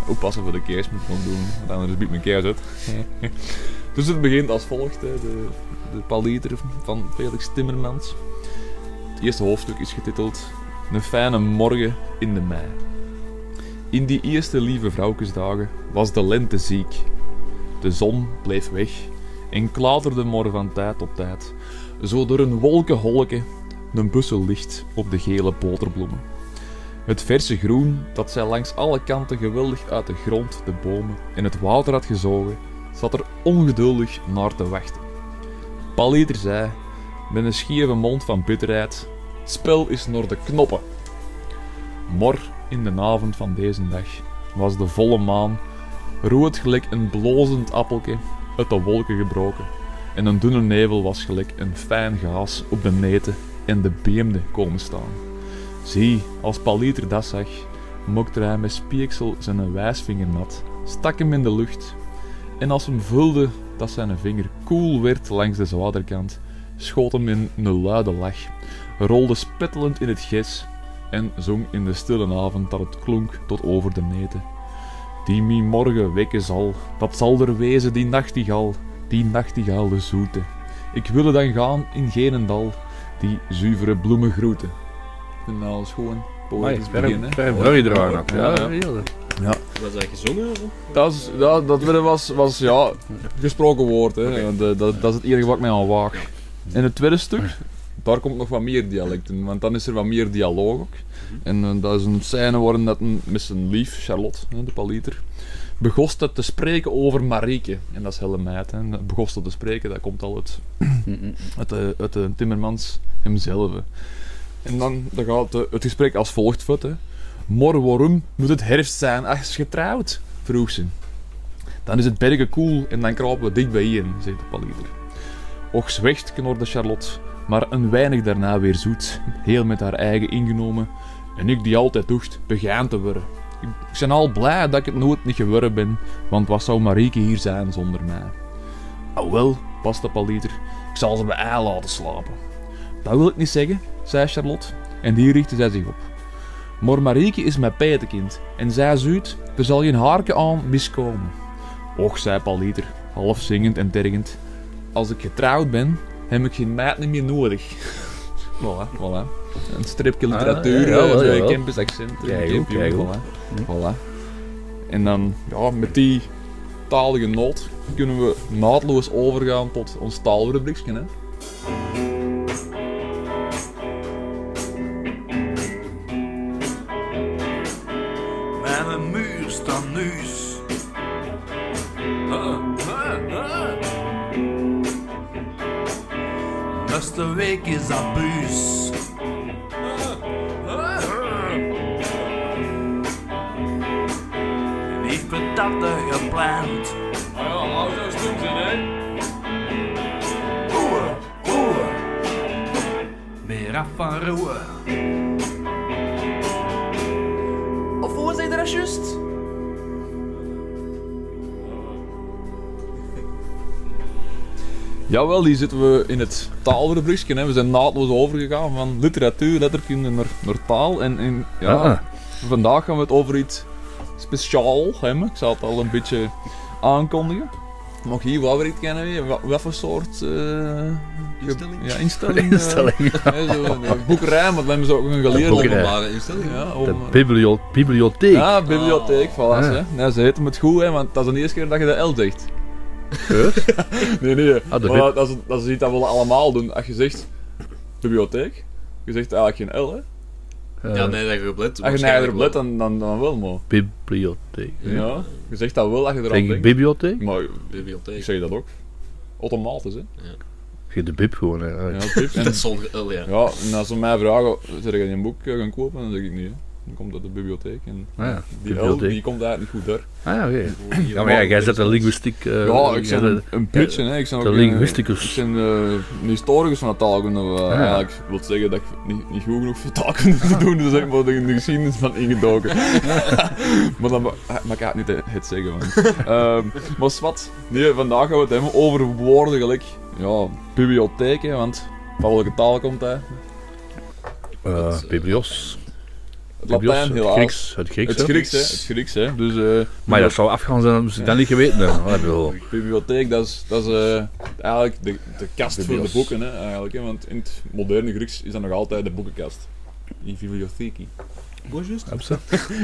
S1: Oppassen voor de keers moet ik nog doen, want anders biedt mijn keers uit. dus het begint als volgt, hè, de, de paliter van Felix Timmermans. Het eerste hoofdstuk is getiteld Een fijne morgen in de mei. In die eerste lieve vrouwkesdagen was de lente ziek. De zon bleef weg en klaterde maar van tijd op tijd. Zo door een wolkenholke, een bussel licht op de gele boterbloemen. Het verse groen dat zij langs alle kanten geweldig uit de grond, de bomen en het water had gezogen, zat er ongeduldig naar te wachten. Paliter zei, met een scheve mond van bitterheid, "Het spel is naar de knoppen. Mor in de avond van deze dag was de volle maan, rood gelijk een blozend appelke uit de wolken gebroken, en een dunne nevel was gelijk een fijn gaas op de neten en de beemden komen staan. Zie, als Paliter dat zag, mokte hij met spieksel zijn wijsvinger nat, stak hem in de lucht. En als hem voelde dat zijn vinger koel werd langs de zwaderkant, schoot hem in een luide lach, rolde spettelend in het ges en zong in de stille avond dat het klonk tot over de neten. Die mij morgen wekken zal, dat zal er wezen die nachtigal, die nachtigal de zoete. Ik wilde dan gaan in Genendal, die zuivere bloemen groeten. En nou is gewoon poëtisch begin, hè.
S3: Ferry draaien ook.
S1: Ja, ja.
S3: Ja, heel.
S2: Was dat gezongen? of?
S1: Dat, is, dat, dat willen was, was, ja, gesproken woord, hè. Dat, dat, dat is het enige wat ik mij aan waag. In het tweede stuk, daar komt nog wat meer dialect in, want dan is er wat meer dialoog ook. En eh, dat is een scène waarin dat een, met zijn lief, Charlotte, hè, de paliter, begost het te spreken over Marieke. En dat is hele meid, hè. Dat Begost het te spreken, dat komt al uit uit de, uit de eh, Timmermans hemzelf. hè. En dan, dan gaat eh, het gesprek als volgt voort. hè. Mor, waarom moet het herfst zijn als je getrouwd? vroeg ze. Dan is het bergen koel en dan kruipen we dicht bijeen, zegt de paliter. Och zwecht, knorde Charlotte, maar een weinig daarna weer zoet, heel met haar eigen ingenomen. En ik die altijd docht, begaan te worden. Ik ik ben al blij dat ik het nooit niet geworden ben, want wat zou Marieke hier zijn zonder mij? Ah wel, past de paliter, ik zal ze bij ei laten slapen. Dat wil ik niet zeggen, zei Charlotte, en hier richtte zij zich op. Maar Marieke is mijn petekind, en zij zuurt, er zal geen haarke aan miskomen. Och, zei Paliter, half zingend en tergend, als ik getrouwd ben, heb ik geen meid niet meer nodig. voilà, voilà. Een stripje
S3: Ah,
S1: literatuur,
S3: ja, jawel,
S1: eh,
S3: jawel.
S1: Campus accent, eh,
S3: Keigoed,
S1: Campio,
S3: keigoed. Hm.
S1: voilà. voilà. En dan, ja, met die talige noot kunnen we naadloos overgaan tot ons taalrubriekje, hè.
S4: Mijn muur staat Ah, nuus. Beste week is abuus. Ah, Lief patatten gepland. Oeh, oeh. Meer af van roeien. Of hoe zei je dat juist?
S1: Jawel, hier zitten we in het taalverbrugje. hè. We zijn naadloos overgegaan van literatuur, letterkunde naar, naar taal. En, en ja,
S3: Ah,
S1: vandaag gaan we het over iets speciaal hebben. Ik zal het al een beetje aankondigen. Mag hier wat weer iets kennen? weer? Wat, wat voor soort... eh, ge-
S2: Instelling?
S1: Ja, instelling. eh,
S3: instelling.
S1: hè, zo, een boekerij, maar we hebben ze ook een geleerde.
S3: boekerij.
S2: Openbare instelling.
S1: Ja,
S3: De
S1: om-
S3: biblio- bibliotheek.
S1: ja, bibliotheek, voilà.
S3: Ah.
S1: hè. Nee, ze heet hem het goed, hè, want dat is de eerste keer dat je de L zegt.
S3: Huh?
S1: Nee, nee.
S3: Ah, de
S1: Maar
S3: wit-
S1: dat, is, dat is iets dat we allemaal doen. Als je zegt bibliotheek, je zegt eigenlijk geen L, hè.
S3: Eh,
S2: Ja, nee, dat je oplet.
S1: Als je naar erop let, dan, dan, dan wel, maar.
S3: Bibliotheek.
S1: Ja, je zegt dat wel als je erop
S3: Denk ik
S1: denkt.
S3: bibliotheek?
S1: Maar ik
S2: Bibliotheek.
S1: zeg dat ook. Automatisch, hè.
S3: Je de bib gewoon. hè.
S1: Ja, pip. En,
S2: Dat is zonder L, oh, ja.
S1: ja, en als ze mij vragen, zeg je een boek eh, gaan kopen? Dan zeg ik niet, hè. Dan komt dat de bibliotheek en
S3: Ah, ja.
S1: die L
S3: bibliotheek.
S1: die komt eigenlijk niet goed daar.
S3: Ah ja, oké. Ja, maar ja, jij zet een linguïstiek... eh,
S1: Ja, ik
S3: jij
S1: ben een,
S3: bent-
S1: een putje, hè. Ik ben
S3: de
S1: ook
S3: linguisticus.
S1: Een, eh, ik ben eh, een historicus van de taalkunde. wat
S3: ja.
S1: Eigenlijk wil zeggen dat eh, ik niet, niet goed genoeg voor taalkunde te doen, dus ik ben er in de geschiedenis van ingedoken. maar dat ma- eh, maar ik ga het niet eh, het zeggen, man. Ehm, maar zwart, nee, vandaag gaan we het hebben over woorden gelijk. Ja, bibliotheken, want van welke taal komt hij?
S3: eh, biblios.
S1: Het
S3: Biblios,
S1: Latijn,
S3: het
S1: helaas.
S3: Grieks. Het Grieks,
S1: Het
S3: hè.
S1: Grieks, hè. Het Grieks, hè. Dus, eh,
S3: Maar dat zou afgaan zijn als ze dat niet geweten hebben. Wat heb je wel?
S1: bibliotheek, dat is, dat is eh, eigenlijk de, de kast voor de
S3: Biblios.
S1: boeken. Hè, eigenlijk, hè, want in het moderne Grieks is dat nog altijd de boekenkast. In bibliotheki.
S2: Bonjour.
S3: Heb ze?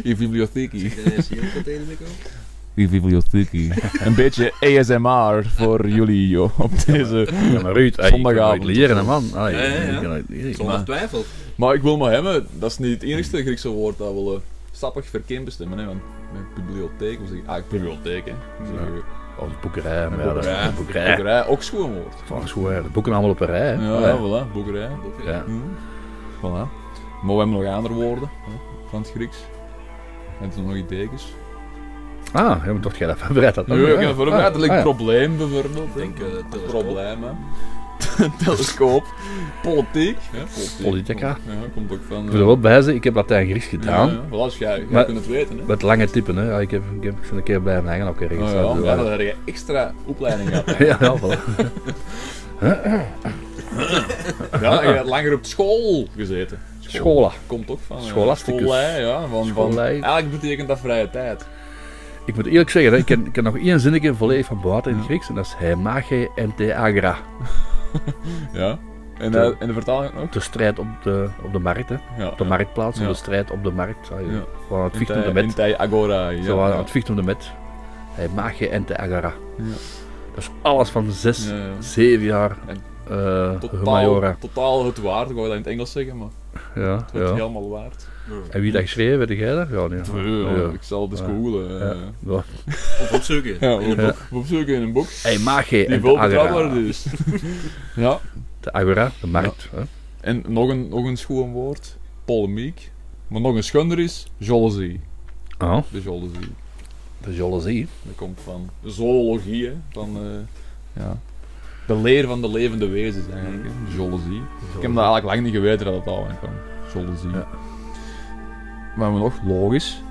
S1: In bibliotheki.
S2: Een
S1: In bibliotheki. Een beetje ASMR voor jullie joh, op deze.
S3: Ja, maar Ruud, ey, je kan
S1: Zondagavond.
S3: nooit leren, hè, man. Ai,
S2: Ja, ja, ja.
S3: je kan nooit leren.
S2: Zonder twijfel.
S1: Maar ik wil maar hebben, dat is niet het enige Griekse woord dat we eh, sappig verkeerd bestemmen. Hè, want met bibliotheek, we zeggen eigenlijk bibliotheek. Hè. We zeggen,
S3: Als boekerij, maar ja, dat is
S1: Boekerij.
S3: een boekerij.
S1: Boekerij, ook schoon woord.
S3: Volgens mij, de boeken allemaal op een rij. hè. Oh,
S1: Ja,
S3: Ja.
S1: voilà, boekerij.
S3: Ja.
S1: Hmm. Voilà. Maar we hebben nog andere woorden hè, van het Grieks. En toen nog iets dekens.
S3: Ah, ja, maar dacht jij dat voorbereid had?
S1: Nu heb ik voor een
S3: Ah,
S1: uiterlijk
S3: ah, ja.
S1: probleem bijvoorbeeld.
S2: Ik denk, eh,
S1: Een
S2: telescoop.
S1: probleem, hè. telescoop. Politiek. Hè? Politiek.
S3: Politica.
S1: Ja, komt ook van...
S3: Ik
S1: eh,
S3: wil er wel bij zijn, ik heb Latijn-Grieks gedaan.
S1: Ja, ja. Voilà, dus jij, jij
S3: Maar-
S1: kunt het weten, hè.
S3: Met lange typen, hè. Ja, ik heb, ik heb ik ben een keer bij een eigen ook ergens.
S1: Oh,
S3: uit,
S1: ja,
S3: eh,
S1: ja, dan heb je extra opleiding gehad.
S3: ja, ja, voilà.
S1: Ja, je hebt langer op school gezeten.
S3: Schola.
S1: Komt ook van... eh,
S3: Scholasticus.
S1: Schoolij, ja. Van, van,
S3: Schoolij.
S1: eigenlijk betekent dat vrije tijd.
S3: Ik moet eerlijk zeggen, hè, ik ken, ik ken nog één zinnetje volledig van buiten in het Grieks. En dat is Hemage en Agra.
S1: Ja. En,
S3: Toen-
S1: eh, en de vertaling ook?
S3: De strijd op de, op de markt, hè.
S1: Ja.
S3: Op de marktplaats,
S1: Ja.
S3: of de strijd op de markt. Ah, je-
S1: Ja.
S3: we waren aan het vechten om de
S1: In
S3: met.
S1: Tij Agora. Ja.
S3: Ze waren aan het vechten om de met. Hemage en Agra.
S1: Ja.
S3: Dat is alles van zes,
S1: Ja, ja.
S3: zeven jaar.
S1: En
S3: eh
S1: Totaal,
S3: Majora.
S1: totaal het waard, ik wou dat in het Engels zeggen, maar
S3: Ja,
S1: het wordt
S3: ja.
S1: helemaal waard.
S3: En wie dat geschreven, weet jij dat? Ja, nee. Ja.
S1: Ik zal het eens
S3: Ja.
S1: googelen. eh.
S3: Ja. Ja.
S2: Of opzoeken.
S1: Ja,
S2: In een
S1: we,
S2: boek.
S1: we zoeken in een boek
S3: Hey, Mage
S1: die
S3: en
S1: veel
S3: de
S1: betrouwbaarder
S3: Agora.
S1: is. ja,
S3: De Agora, de markt. Hè?
S1: en nog een, nog een schoon woord, polemiek. Maar nog een schunder is, jaloezie.
S3: Oh,
S1: De jaloezie.
S3: de jaloezie.
S1: Dat komt van zoologie, hè, van eh, ja. de leer van de levende wezens eigenlijk.
S3: Mm.
S1: hè. Jaloezie. Ik heb dat eigenlijk lang niet geweten dat het al aan kwam. Zullen zien.
S3: Ja.
S1: Maar we nog logisch.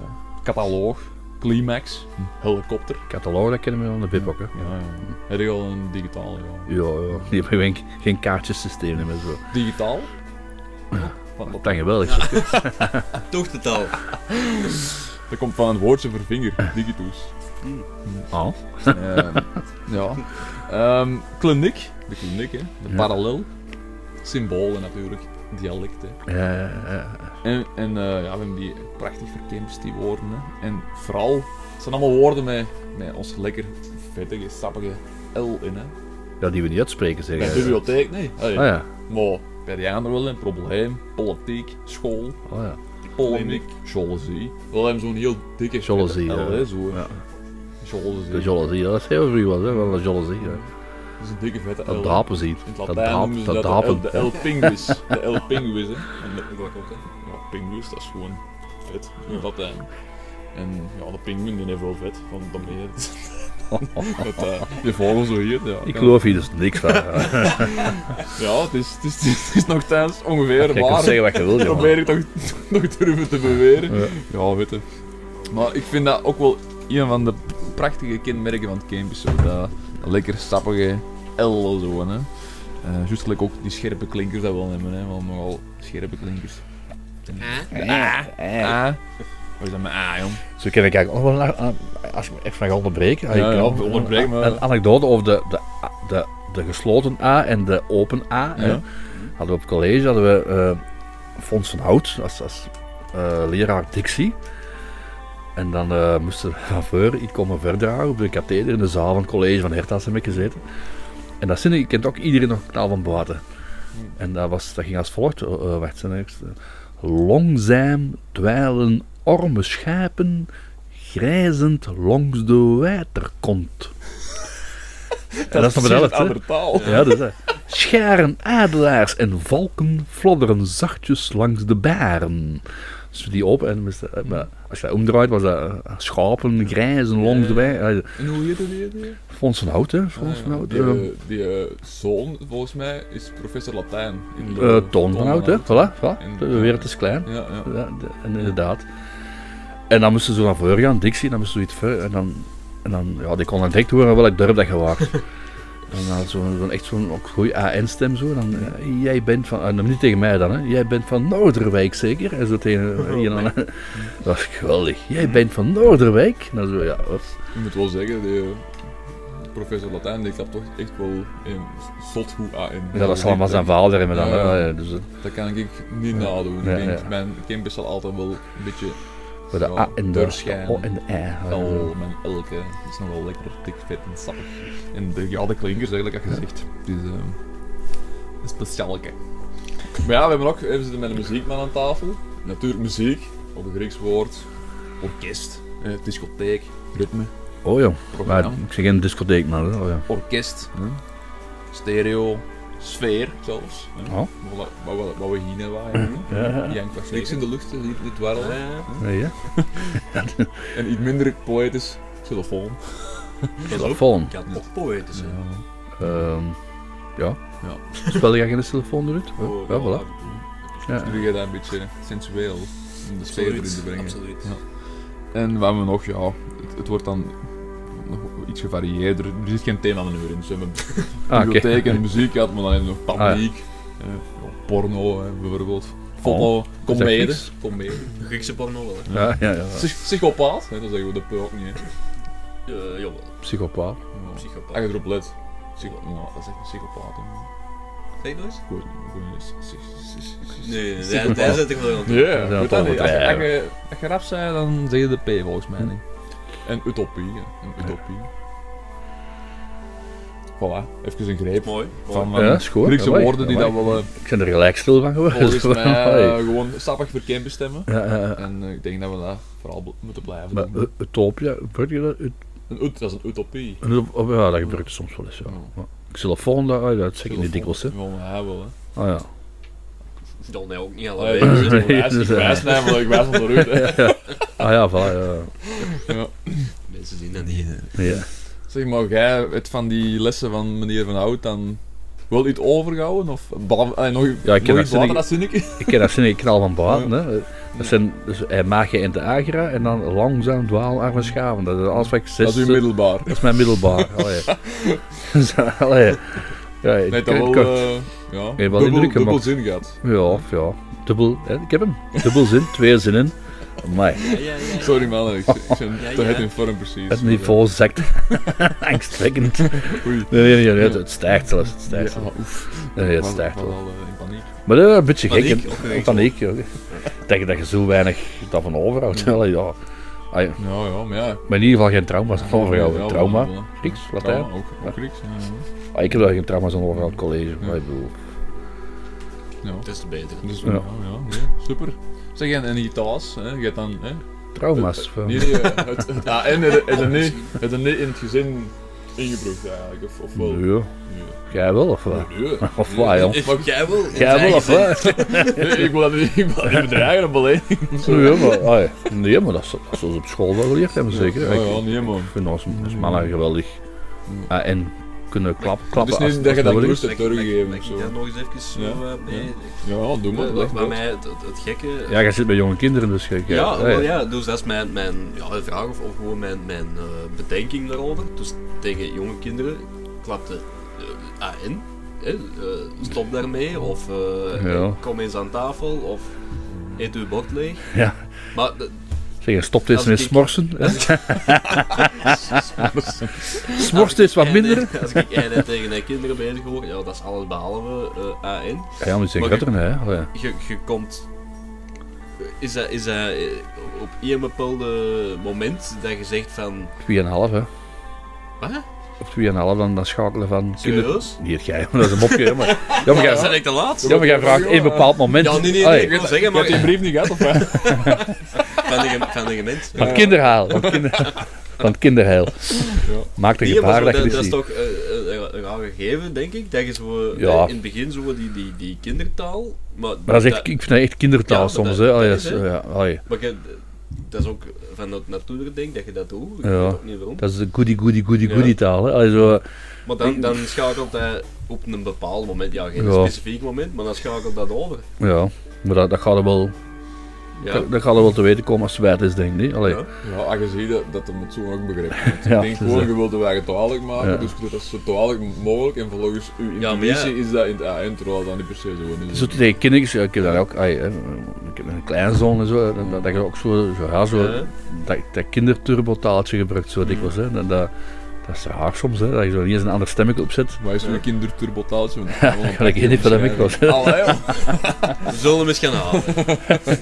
S1: Ja. Cataloog, climax,
S3: Hm.
S1: helikopter.
S3: Catalogue, dat kennen we van de BIP ook, hè?
S1: Ja, ja. Heb je al een digitaal? Ja.
S3: Ja, ja. Die hebben geen, geen kaartjesysteem meer zo.
S1: Digitaal? Van, dat,
S3: Dat is geweldig.
S2: Toch de taal.
S1: dat komt van een woordje voor vinger, digitus.
S3: Oh.
S1: Ehm, Hmm. ja. Ehm, kliniek, de kliniek, hè. de
S3: Ja.
S1: parallel. Symbolen natuurlijk, dialecten.
S3: Eh,
S1: En, en eh, ja, we hebben die prachtig verkemst, die woorden. Hè. En vooral, het zijn allemaal woorden met, met ons lekker vettige, sappige L in. Hè.
S3: ja, die we niet uitspreken, zeg
S1: Bij de
S3: je.
S1: bibliotheek, nee. Allee,
S3: Oh ja.
S1: Maar bij die anderen wel een probleem. Politiek, school,
S3: Oh ja.
S1: polemiek, jaloezie. We hebben zo'n heel dikke
S3: Jaloezie,
S1: vette L,
S3: ja.
S1: hè, zo.
S3: Ja.
S1: Jaloezie.
S3: De jaloezie, dat is heel vroeg was, hè? Wel de jaloezie. hè.
S1: Dat is een dikke vette L.
S3: Dat dapen ziet.
S1: In het
S3: Dat
S1: Latijn
S3: dapen.
S1: noemen ze dat
S3: Dat
S1: de L-
S3: dapen.
S1: de L-pinguis. De L-pinguis, hè. En de-
S2: Wat komt dat?
S1: Ja, pinguïs, dat is gewoon vet. Dat, eh, en ja, de pinguïn die heeft wel vet, want dan ben je het. het eh, die vogel zo hier. Ja,
S3: Ik geloof hier dus niks van. hè.
S1: Ja, het is, het is, het is nog tijdens ongeveer
S3: Je kunt
S1: waar.
S3: zeggen wat je wil, joh.
S1: probeer ik nog, nog durven te beweren.
S3: Ja.
S1: Ja, weet je. Maar ik vind dat ook wel een van de prachtige kenmerken van het Cambus. Zo. Dat, dat lekker sappige L zo. Hè. Eh Juist gelijk ook die scherpe klinkers dat we al hebben. Hè. We hebben nogal scherpe klinkers. Ah. Wat is dat met A, jong?
S3: Zo kan ik eigenlijk nog wel een- een- als ik me echt mag onderbreken.
S1: Ja,
S3: ik- eh,
S1: ja, onderbreek maar.
S3: Een anekdote over de, de, de, de gesloten A en de open A. Hè.
S1: Ja.
S3: Hadden we op college hadden we eh, Fons van Hout als, als eh, leraar dictie. En dan eh, moest er van voor ik komen verder aan op de katheder in de zaal van het college van Hertas heb ik gezeten. En dat zin, ik kent ook iedereen nog knaal van buiten. En dat, was, dat ging als volgt, eh eh, wacht, zijn eerste. Langzaam dweilen orme schijpen, grijzend langs de waterkont. en dat is
S1: precies
S3: dan bedacht,
S1: een
S3: hè?
S1: andere taal.
S3: Ja, dat is dat. Scharen adelaars en valken fladderen zachtjes langs de baren. Dus die op en moest dat- maar als je dat omdraait was dat eh, schapen, grijzen langs de weg.
S1: En hoe heet het die? die? eh,
S3: Fons van Hout, hè? Fons van
S1: Ah, ja.
S3: Hout.
S1: Die,
S3: eh,
S1: eh, die eh, zoon, volgens mij, is professor Latijn. Ik bedoel,
S3: eh, Toon van Hout, hè? Voilà, voilà.
S1: En-
S3: De wereld is klein.
S1: Ja, ja.
S3: Ja, de- en inderdaad. En dan moesten ze naar voren gaan, Dixie, dan moesten ze iets ver. En dan, en dan ja, die kon dan direct horen welk dorp dat je was. En dan zo'n zo'n echt zo'n ook goeie AN-stem zo. Dan, eh, jij bent van, en dan niet tegen mij dan, hè. Jij bent van Noorderwijk zeker? En zo tegen eh, hier dan, hè. Dat was geweldig. Jij bent van Noorderwijk? En dan zo, ja. wat-
S1: Ik moet wel zeggen, die eh, professor Latijn die klapt toch echt wel in zot goed aan.
S3: Ja, dat zal allemaal zijn vader hebben dan.
S1: Ja, ja.
S3: hè. Dus, eh,
S1: Dat kan ik niet nadoen.
S3: Ja,
S1: ik denk,
S3: ja.
S1: mijn campus zal altijd wel een beetje
S3: maar de
S1: Ja,
S3: A en de,
S1: doorschijn.
S3: de O en de E.
S1: fel, mijn elke. Het is nogal lekker dik, vet en sappig. En de, ja, de klinkers eigenlijk, had gezegd. Dus, ehm een speciaalke. Maar ja, we hebben ook, we zitten met een muziekman aan tafel. Natuurlijk muziek, op een Grieks woord. Orkest, eh, discotheek, ritme,
S3: Oh joh, maar
S1: programma. Hm?
S3: ik zeg geen discotheek, maar hè. Oh, ja.
S1: orkest, stereo, sfeer zelfs. hè.
S3: Oh.
S1: Wat, wat, wat, wat we hier net waren. hè.
S3: Ja,
S1: Die hangt vast niks in de lucht,
S2: eh,
S1: hè, dit, dit warrel.
S3: Nee, hè.
S1: En iets minder poëtisch, telefoon. Dus, eh,
S3: Telefoon.
S2: kan ook poëtisch zijn.
S3: Ehm, ja.
S1: Ja.
S3: Spel je geen telefoon door het?
S2: Oh,
S3: Ja, voilà. Ja.
S1: Doe jij dat een beetje sensueel om de sfeer erin te
S2: Absoluut,
S1: brengen.
S2: absoluut.
S1: Ja. En wat hebben we nog? Ja, het, het wordt dan nog iets gevarieerder. Er zit geen thema meer in. Dus we hebben
S3: Ah, oké.
S1: bibliotheek en muziek gehad, maar dan hebben we nog
S3: ja.
S1: publiek, eh, ja, porno hè, bijvoorbeeld. Foto, comedie.
S3: Grieks?
S1: Oh, Comedie.
S2: Griekse porno wel, hè?
S3: Ja, ja, ja.
S1: Psych- Psychopaat, hè, dat zeggen we de P ook niet. hè.
S2: Eh, jawel.
S3: Psychopaat.
S1: Ja. Als je
S2: Psychopaat.
S1: erop let. Psycho- ja, dat is echt een psychopaat. hè.
S2: Zeg je dat eens?
S1: Ik weet het niet, ik weet het niet. Psych- psych- psych-
S2: Nee, nee, nee,
S1: Psychopaat.
S2: daar zit ik wel aan.
S1: Ja,
S3: dat
S1: moet dat
S3: toch
S1: niet.
S3: wat
S1: Als je-
S3: wij
S1: als je- als je rap zei, dan zeg je de P volgens mij niet. En utopie, ja. Hm. Een utopie. Voilà, even een greep
S2: Mooi. mooi.
S1: van
S3: Ja,
S1: eh,
S3: is goed.
S1: Griekse
S3: Amai,
S1: woorden die dat
S3: amai.
S1: wel eh,
S3: Ik ben er gelijk stil van geworden.
S1: volgens mij eh,
S3: Hey.
S1: gewoon sappig verkeerd bestemmen.
S3: Ja, ja, ja.
S1: En eh, ik denk dat we dat vooral bl- moeten blijven
S3: Maar
S1: doen.
S3: eh, Utopia, gebruik je dat? Ut-
S1: Een ut, dat is een utopie.
S3: een ut- oh, Ja, dat gebruik je soms wel eens, ja.
S1: Ja.
S3: Ja. Xylofoon, dat, ah, dat zeg ik niet dikwijls, hè.
S1: Gewoon ja, wel, hè.
S3: Ah ja.
S2: Dan nee, ook niet
S1: Ah,
S2: allebei.
S1: ja,
S2: dus,
S1: ik
S2: hè.
S1: wijs- Ik wijs namelijk, ik wijs onder u. hè.
S3: Ah ja, voilà, ja.
S2: Mensen zien dat niet. hè.
S3: Ja.
S1: Zeg maar, jij het van die lessen van meneer Van Hout dan wel iets overgehouden? Of behalve- allee, nog,
S3: Ja, ik ken
S1: nog
S3: dat
S1: iets later
S3: zinnetje-
S1: dat zinnetje?
S3: Ik ken dat zinnetje knal van buiten, hè. Dat zijn dus, eh, Magia en de Agra en dan langzaam dwaal arme schaven. Dat is alles wat ik
S1: Dat is uw
S3: zesde-
S1: middelbaar.
S3: Dat is mijn middelbaar. Allee. Dus, allee. Ja,
S1: Nee,
S3: ik heb
S1: dat
S3: het
S1: wel,
S3: kort.
S1: eh, ja,
S3: je wel
S1: dubbel,
S3: indruk
S1: dubbel
S3: gemaakt.
S1: zin gehad.
S3: Ja, ja. Dubbel, hè, ik heb hem. Dubbel zin, twee zinnen. Maar
S2: Ja, ja, ja. ja.
S1: Sorry man, ik, ik ben
S2: Ja,
S1: te
S2: ja.
S1: het in vorm precies.
S3: het niveau zakt. Angstwekkend. Nee,
S1: Oei.
S3: nee, nee, het, het stijgt zelfs. Het stijgt
S1: Ja,
S3: zelfs.
S1: oef.
S3: Nee, nee, het
S1: Was-
S3: stijgt
S1: was
S3: wel.
S1: al, eh, in paniek.
S3: Maar dat is een beetje gek.
S2: Paniek,
S3: hè.
S2: opgewekt
S3: Paniek, joh. Dat je, dat je zo weinig daarvan overhoudt. Allee, Ja. Ah, ja.
S1: Ja, ja, maar ja.
S3: Maar in ieder geval geen trauma's aan overhouden.
S1: Ja,
S3: Trauma.
S1: wel, wel.
S3: Grieks, Latijn.
S1: Trauma, ook, ook Grieks. ja, ja.
S3: Ah, ik heb daar geen trauma's aan overhouden op college. Maar ik bedoel,
S1: Ja.
S2: Dat is te beter.
S1: Dus,
S3: Ja.
S1: ja, ja, nee, super. Zeg, en, en Italiaans, hè, je hebt dan... Hè,
S3: trauma's.
S1: Hier, eh, het, het AN en het een E- het een E in het gezin ingebracht eigenlijk, of, of wel?
S3: Ja. Jij wel, of wat?
S1: Nee.
S3: Of wat, joh?
S2: Mag jij wel?
S3: Jij wel, of wat?
S1: Nee, ik wil dat niet, ik wil dat niet bedreigen, dat belediging.
S3: Nee, ja, maar, ah, ja. nee, maar dat is dat is ons op school wel geleerd hebben, zeker.
S1: Ja,
S3: Ik-
S2: Mm.
S1: ja, nee man.
S3: Ik vind ons, ons mannen geweldig. Ah, en kunnen klap,
S1: Het
S3: klappen.
S1: is niet
S3: als-
S1: dat je
S3: als
S1: dat
S3: nodig
S1: bewust
S3: is.
S1: hebt
S2: Mag ik- mag ik-
S1: doorgegeven
S2: mag
S1: of
S2: ik
S1: zo.
S2: daar nog eens even zo,
S1: Ja.
S2: eh, mee?
S1: Ja, doe maar.
S2: Eh,
S1: leg
S2: Bij
S1: maar.
S2: mij, het, het, het gekke...
S3: Ja, jij zit met jonge kinderen, dus je,
S2: Ja,
S3: hè.
S2: wel ja, dus dat is mijn, mijn ja, vraag of, of gewoon mijn, mijn eh, bedenking daarover. Dus tegen jonge kinderen klapte eh, AN, hè, eh, stop daarmee, of eh,
S3: Ja.
S2: kom eens aan tafel, of eet uw bord leeg.
S3: Ja.
S2: Maar dat-
S3: Zeg, je stopt eens
S2: Als
S3: met
S2: ik-
S3: smorsen. hè.
S2: als
S3: Smorst is
S2: ik
S3: wat
S2: AN
S3: minder.
S2: Als ik eind tegen mijn kinderen bezig hoor, ja, dat is alles behalve eh, AN.
S3: Ja, maar die zijn
S2: Maar
S3: groter dan mij, hè. Allee.
S2: je, je komt. Is dat, is dat eh, op een bepaalde moment dat je zegt van.
S3: 2,5 hè.
S2: Wat?
S3: Of 2,5 dan, dan schakelen van kinder.
S2: Serieus?
S3: Niet jij, maar dat is een mopje. hè, Maar... Ja, maar
S2: Ja,
S3: jij,
S2: ben ik de laatste?
S3: ja, maar jij vraagt één bepaald moment.
S2: Ja, nee, nee,
S3: Allee,
S2: nee, ik wil zeggen,
S1: Je hebt die
S2: maar
S1: brief niet gehad of wat?
S2: van de, gem- van de gemeente.
S3: Van het kinderhaal. Van het, kinder... van het kinderheil. Maak een
S2: Nee, maar
S3: gebaar
S2: zo,
S3: dat
S2: dat,
S3: je dit
S2: dat is
S3: ziet.
S2: toch eh, eh, een raar gegeven, denk ik. Dat je zo, eh,
S3: Ja.
S2: in het begin zo die, die, die kindertaal. Maar,
S3: Maar dat is echt, ik vind dat echt kindertaal
S2: Ja, maar
S3: soms.
S2: dat-
S3: hè. Allee,
S2: dat is,
S3: dat is,
S2: hè.
S3: ja, allee.
S2: maar je- dat is ook van het natuur denk dat je dat doet. Ik
S3: Ja.
S2: weet ook niet waarom.
S3: Dat is de goody goody goody
S2: Ja.
S3: goody taal. Hè. Allee, zo,
S2: Maar dan, dan schakelt dat op een bepaald moment. Ja, geen
S3: Ja.
S2: specifiek moment, maar dan schakelt dat over.
S3: ja. Maar dat, dat gaat er wel,
S2: Ja.
S3: dat, dat gaat er wel te weten komen als het wijd is, denk ik. niet? Allee.
S2: Ja.
S1: Ja, als je ziet dat, dat hem het zo ook begrijpt. Want
S3: Ja,
S1: ik denk
S3: dus
S1: gewoon,
S3: dat-
S1: je wilt de wagen toalig maken,
S3: Ja.
S1: dus je doet dat zo toalig mogelijk. En volgens uw
S2: Ja, maar
S1: intuïtie
S2: ja.
S1: is dat in het AN, terwijl dat niet per se zo is.
S3: Zo tegen kinderen, ja, ik heb dat ook, ai, hè, ik heb een kleinzoon en zo, dat, dat je ook zo, zo, ja, zo
S2: Ja.
S3: dat, dat kinderturbotaaltje gebruikt zo dikwijls. Hè. Dat, dat, dat is raar soms, hè, dat je zo niet eens een ander stemmetje opzet.
S1: Maar is zo'n kinderturbotaaltje? want
S3: Dat ga ik hier niet van hem ik was.
S1: Allee, joh.
S2: We zullen hem eens gaan halen.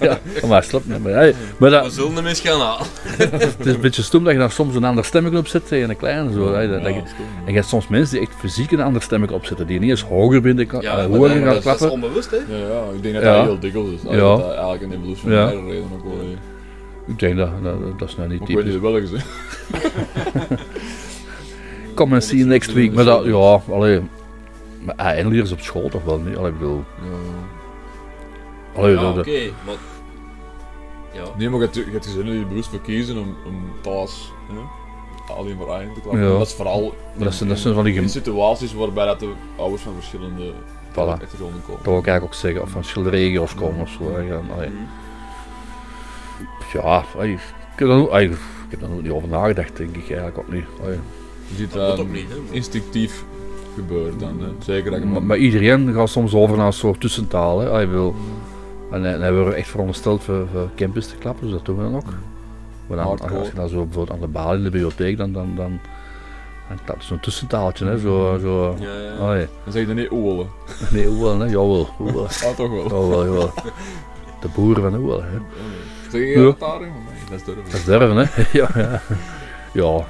S3: Ja, maar slap me. Maar, hey, maar
S2: We
S3: dat,
S2: zullen hem eens gaan halen.
S3: het is een beetje stom dat je dan soms een ander stemmetje opzet tegen een kleine. Zo, hè, dat, dat je,
S1: Ja, stom.
S3: en je hebt soms mensen die echt fysiek een ander stemmetje opzetten, die niet eens hoger binnen kan, eh,
S2: dat,
S3: hoger gaan
S2: dat, dat is
S3: klappen.
S2: onbewust, hè?
S1: Ja, ja, ik denk dat
S3: Ja.
S1: dat heel dikwijls is. Allee,
S3: Ja.
S1: Dat dat eigenlijk een evolutionaire
S3: Ja.
S1: reden ook wel heeft.
S3: Ik denk dat, dat, dat is nou niet
S1: Maar Ik weet niet
S3: typisch.
S1: welke ze.
S3: Come and see you next week. Maar dat, ja, allee. Maar eindelijk is op school toch wel niet? Allee, ik bedoel.
S1: Eh,
S3: Allee,
S2: Ja,
S3: dat-
S2: oké.
S3: dat-
S2: maar... Ja.
S1: Nee, maar je hebt- je hebt gezinnen die er bewust voor kiezen om, om thuis hè, alleen maar aan te klappen.
S3: Ja.
S1: En Dat is vooral
S3: maar dat zijn, dat zijn van die
S1: in
S3: gem-
S1: situaties waarbij dat de ouders van verschillende
S3: Voilà.
S1: achtergronden komen.
S3: Dat wil ik eigenlijk ook zeggen. Of van verschillende regio's komen of zo. hè. Ja, allee.
S2: Mhm.
S3: Ja, allee, ik heb daar ook- allee, ik heb daar ook niet over nagedacht, denk ik eigenlijk ook niet. Allee.
S1: Je ziet
S2: Dat moet
S1: dat
S2: ook niet, hè, maar-
S1: instinctief gebeuren dan. Hè. Zeker dat je
S3: Maar, maar iedereen gaat soms over naar een soort tussentaal. Hè. Allee, ik bedoel, en dan hebben we echt verondersteld voor, voor campus te klappen, dus dat doen we dan ook. Maar dan,
S1: Hardcore.
S3: als je dan zo bijvoorbeeld aan de baal in de bibliotheek, dan, dan, dan, dan klapt zo'n tussentaaltje. Hè. Zo, zo,
S2: Ja, ja.
S3: allee.
S1: dan zeg je dan niet oelen.
S3: Nee, hoewel, hè? Jawel, hoewel.
S1: Ah, toch wel.
S3: Jawel, jawel. De boeren van hoewel, hè.
S1: Zeg je
S3: Ja.
S1: dat daar? hè? Maar nee, Dat is durven.
S3: Dat is durven, hè. Ja, ja. Ja,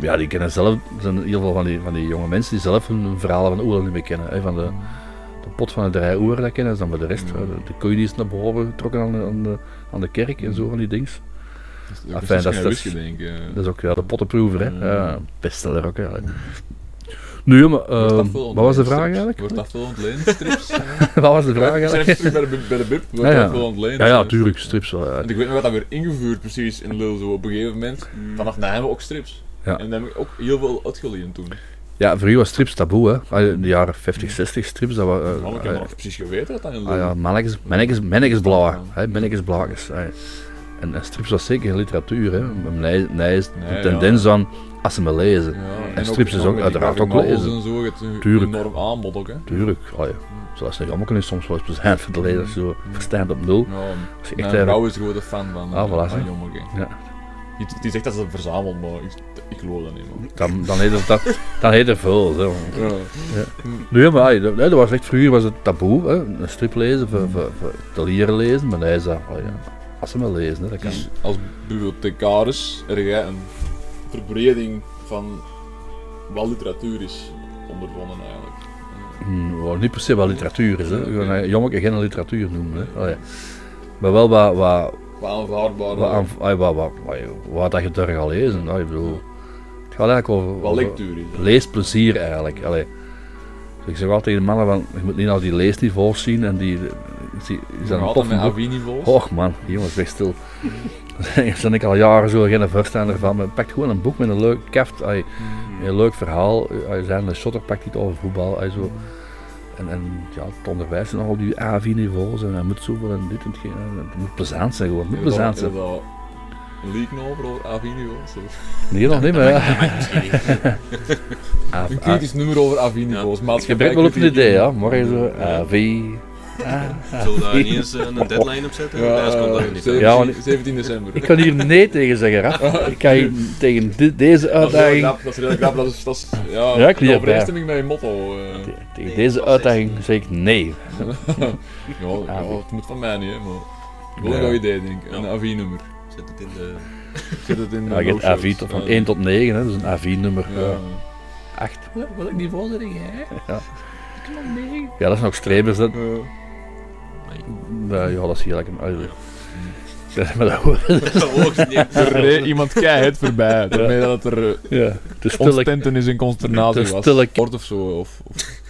S3: ja die kennen zelf... Er zijn heel veel van die, van die jonge mensen die zelf hun hun verhalen van hoewel niet meer kennen. Hè. Van de, de pot van de drie oer, dat kennen ze dan, maar de rest... hè, De, de koei die is naar boven getrokken aan de, aan de, aan de kerk en zo, van die dings.
S1: Dat is
S3: Enfin,
S1: precies
S3: dat is-
S1: geen
S3: dat is-
S1: whisky, denk ik. eh. hè.
S3: Dat is ook, ja, de pottenproever, hè.
S1: Mm.
S3: Ja, bestseller ook, hè. Nu, maar...
S1: Wordt dat
S3: ehm,
S1: veel
S3: wat was de
S1: ontleend,
S3: vraag
S1: strips?
S3: eigenlijk?
S1: Wordt dat veel ontleend, strips?
S3: Wat was de vraag
S1: Zijn
S3: eigenlijk?
S1: even terug bij de, bij de bib? Wordt
S3: Ja, ja.
S1: dat veel ontleend?
S3: Ja, ja,
S1: hè?
S3: tuurlijk, strips wel, ja.
S1: Want ik weet nog wat dat weer ingevuurd precies in Lul zo op een gegeven moment. Vanaf na hebben we ook strips.
S3: Ja.
S1: En daar heb ik ook heel veel uitgeleend toen.
S3: Ja, voor u was strips taboe, hè. Allee, In de jaren 50, 60 strips, dat was... eh,
S1: Maar ik heb nog precies geweten dat dat in Lul
S3: Ah ja, mannetjes, mannetjes, mannetjes blauw, hè, mannetjes blauwjes, hè. En, en strips was zeker geen literatuur, hè. Nee, nee, is
S1: Nee,
S3: de
S1: ja.
S3: tendens van, als ze me lezen. en, strips is ook,
S1: met die
S3: uiteraard ook
S1: graphic novels
S3: lezen.
S1: En zo, het is een
S3: Tuurlijk.
S1: enorm aanbod ook, hè.
S3: Tuurlijk, allee, zoals het allemaal kunnen soms wel eens zijn voor de lezer, zo verstand op nul.
S1: Mm. Ja, nou.
S3: Als je echt eh,
S1: mijn
S3: eigenlijk-
S1: vrouw is er gewoon een fan van,
S3: Ah, voilà,
S1: van
S3: zie.
S1: John Morgan.
S3: Ja.
S1: Die, die zegt dat ze het verzamelt, maar ik, ik geloof dat niet, man.
S3: dan, dan heet het, dat, dan heet het veel. Zo.
S1: Ja.
S3: Nee, maar allee, dat, nee, dat was echt, vroeger was het taboe, hè. een strip lezen, voor, voor, voor te leren lezen, maar nee, is dat, allee, als ze me lezen, hè, dat kan.
S1: Dus als bibliothecaris heb jij een verbreding van wat literatuur is ondervonden, eigenlijk.
S3: Hmm, wel, niet per se wat literatuur is. Hè. Gewoon, eh, Jommeke geen literatuur noemen. Hè. Allee. Maar wel wat, wat,
S1: Wat aanvaardbaar,
S3: wat,
S1: wat,
S3: aanv- allee, wat, wat, wat, wat dat je daar gaat lezen. Allee, ik bedoel, het gaat eigenlijk over,
S1: wat
S3: over
S1: lectuur is. hè.
S3: leesplezier eigenlijk. Allee. Dus ik zeg altijd tegen de mannen, van, je moet niet naar die leesniveaus zien en die, die, die
S1: Nog
S3: zijn een
S1: altijd
S3: toffe
S1: met
S3: boek. Oh,
S1: AV-niveaus.
S3: Och man, jongens, wees stil. Daar ben ik al jaren zo geen voorstander van. Maar pak gewoon een boek met een leuk kaft. allee.
S1: Mm.
S3: Heel leuk verhaal. Eh, Zijn de Schotter pakt dit over voetbal. en zo. En, en ja, het onderwijs en al die A4-niveaus en hij moet zoveel en dit en het, het moet plezant zijn gewoon. Het moet plezant zijn.
S1: League over over Avignon. Een
S3: Nee, nog niet meer.
S2: Dat
S3: ja.
S2: mag misschien niet.
S3: Ah, ah,
S1: kritisch nummer over Avignon.
S2: Ja.
S1: volgens
S3: Je
S1: maatschappij.
S3: brengt wel op een
S1: kritiek.
S3: idee, ja. Morgen zo. AV.
S2: Zullen we daar ineens eh, een deadline op zetten? Ja,
S1: Ja,
S2: dat komt daar
S1: eh,
S2: niet. uit.
S1: 17,
S3: Ja, want ik-
S1: 17 december.
S3: Ik kan hier nee tegen zeggen, Raf. Ik kan hier tegen di- deze
S1: Dat is heel
S3: uitdaging
S1: knap, dat is heel knap. Dat is, dat is ja,
S3: Ja, ik liep
S1: in overeenstemming met je motto. eh.
S3: Te- Tegen
S2: Nee,
S3: deze
S2: dat is-
S3: uitdaging zeg ik nee.
S1: Ja, ja, het moet van mij niet, hè, maar... Wel
S3: Ja.
S1: een goed idee, denk ik. Een
S2: Ja.
S1: AV-nummer.
S2: Zet het in de...
S1: Zit het in de
S3: Ja, je hebt
S1: no-shows.
S3: AV tot, van
S1: Ja.
S3: 1 tot 9, hè, dus een AV-nummer
S1: Ja.
S3: 8.
S5: Welk niveau zit jij?
S3: Ja.
S5: Ik kan nog negen.
S3: Ja, dat is nog strebers. Dat,
S1: Ja.
S3: nou, ja, dat is heel lekker. Allee, dat- Maar dat hoor je.
S1: Er reed iemand keihard voorbij, daarmee dat het er eh,
S3: Ja. Te stille,
S1: ontstentenis en consternatie
S3: Te
S1: was.
S3: stille-
S1: Sport of zo, of... of.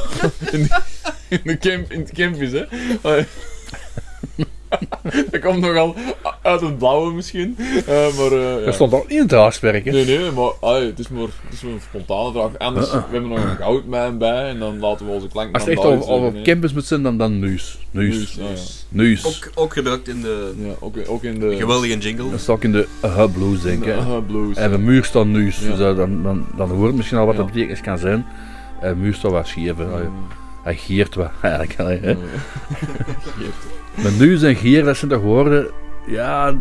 S1: in, de- in de camp, in het campus, hè. Allee. Dat komt nogal uit het blauwe misschien, eh, maar... eh, ja.
S3: er stond al in het huiswerk. hè.
S1: Nee, nee, maar allee, het, is maar, het is maar een spontane vraag. Anders, we hebben nog een goudmijn bij en dan laten we onze klank
S3: Uh-uh. Als het
S1: naar blauw
S3: echt over, over
S1: zeggen, hè.
S3: campus moet zijn, dan, dan nuus.
S1: Nuus,
S3: Nuus.
S1: ja, ja.
S3: Nuus.
S2: Ook, ook gebruikt in de
S1: Ja, ook, ook in de...
S2: geweldige jingle.
S3: Dan zou ik in de hub blues denken. hè.
S1: eh, blues.
S3: En een muur staat nuus.
S1: Ja.
S3: Dus dat- dan, dan, dan hoort het misschien al wat
S1: Ja.
S3: dat betekenis kan zijn. En een muur staat wat scheef. hè. Allee, Hij geert wat eigenlijk. allee, hè. Maar nu zijn gier, dat zijn toch woorden, ja,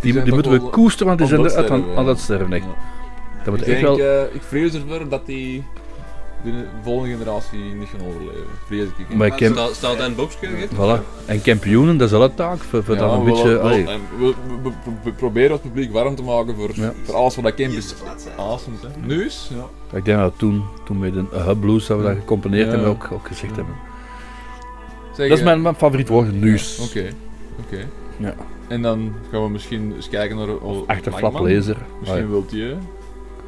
S3: die,
S1: zijn
S3: die
S1: toch
S3: moeten we
S1: wel
S3: koesteren, want die zijn
S1: aan
S3: er
S1: het
S3: uit Dus aan,
S1: sterven,
S3: aan
S1: ja.
S3: het sterven. Echt.
S1: Ja.
S3: Dat
S1: Ik
S3: moet echt
S1: denk,
S3: wel...
S1: eh, ik vrees ervoor dat die de volgende generatie niet gaan overleven. Vrees ik.
S3: Maar ik heb-
S2: Staat staat daar een boxje? hè?
S3: Voilà. En kampioenen, dat is wel een taak, voor, voor
S1: Ja,
S3: dan een
S1: we-
S3: beetje...
S1: we-
S3: allee,
S1: en we, we- we- we proberen het publiek warm te maken voor,
S3: Ja.
S1: voor alles wat dat campus awesome hè. Neus? Ja.
S3: Ik denk dat toen, toen met een hub blues, dat we dat gecomponeerd
S1: Ja.
S3: hebben, ook, ook gezegd hebben.
S1: Zeg,
S3: Dat is
S1: eh,
S3: mijn, mijn favoriet woord, nuus.
S1: Oké, oké.
S3: Ja.
S1: En dan gaan we misschien eens kijken naar... Of
S3: Achterflaplezer.
S1: Misschien wilt je...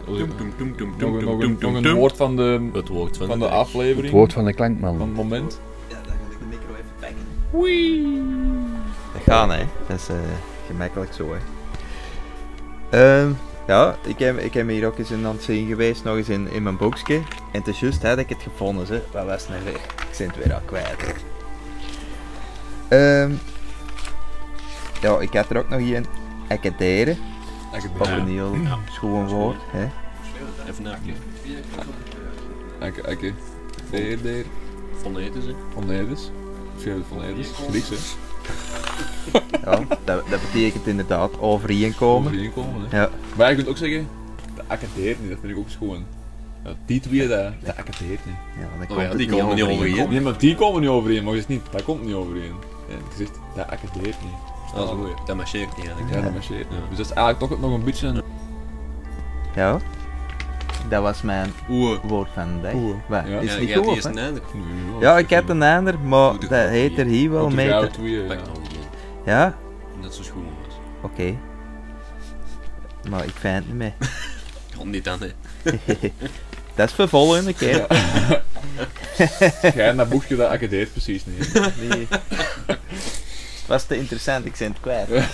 S1: Als ik-
S2: Doem, doem, doem, doem,
S1: Nog
S2: doem,
S1: een, nog
S2: doem,
S1: een, nog
S2: doem,
S1: een
S2: doem.
S1: woord van de,
S2: Het woord van,
S1: van de
S2: de
S3: Het
S1: aflevering.
S3: woord van de
S1: Van
S3: klankman.
S1: het moment.
S5: Ja, Eh, dan ga ik de micro even pakken. Dat gaan, hè. Dat is eh, gemakkelijk zo, hè. Ehm, ja, ik heb, ik heb hier ook eens in aan het zien geweest, nog eens in, in mijn boekje. En het is juist hè, dat ik het gevonden heb. Wat was het nou weer? Ik ben het weer al kwijt. Ehm, ja, ik had er ook nog een. Acaderen. Wat een heel schoon woord. Hè.
S2: Even naakje.
S1: Oké, oké. Deer, deer.
S2: Van eten ze.
S1: Van Edes. Schrijf het van Edes. Grieks, hè.
S5: Ja, dat, dat betekent inderdaad overeenkomen.
S1: Overeenkomen, hè.
S5: Ja.
S1: Maar je kunt ook zeggen, de accadeert niet. Dat vind ik ook schoon. Ja, die twee, dat, dat accadeert niet.
S5: Ja, dan komt
S2: Oh ja,
S5: het
S2: die komen niet overeen.
S1: Nee, maar die komen niet overeen. Maar je zegt niet, dat komt niet overeen. Ja, je zegt, dat accadeert niet.
S2: Dat,
S1: Dat is mooi.
S2: dat marcheert niet eigenlijk.
S1: Ah. Ja, dat marcheert niet. Dus dat is eigenlijk toch nog een beetje een...
S5: Ja. Dat was mijn
S2: Oeh.
S5: woord van de dag.
S1: Oeh.
S5: Wat?
S1: Ja.
S5: Is
S2: Ja,
S5: het niet
S2: jij
S5: goed,
S2: die is
S5: hè?
S2: een einde.
S5: Ja, ik heb een ander, maar
S2: Doe de
S5: dat
S2: groep
S5: heet er hier wel
S1: Want
S5: mee.
S1: de gouden
S5: te-
S1: twee,
S2: Pak
S1: ja.
S2: nog een.
S5: Ja?
S2: Net zo schoon was.
S5: Oké. Maar ik vind het niet mee.
S2: Kom niet aan, hè.
S5: dat is voor volgende keer.
S1: Jij en dat boekje, dat accadeert precies niet.
S5: Nee. Het was te interessant, ik ben het kwijt.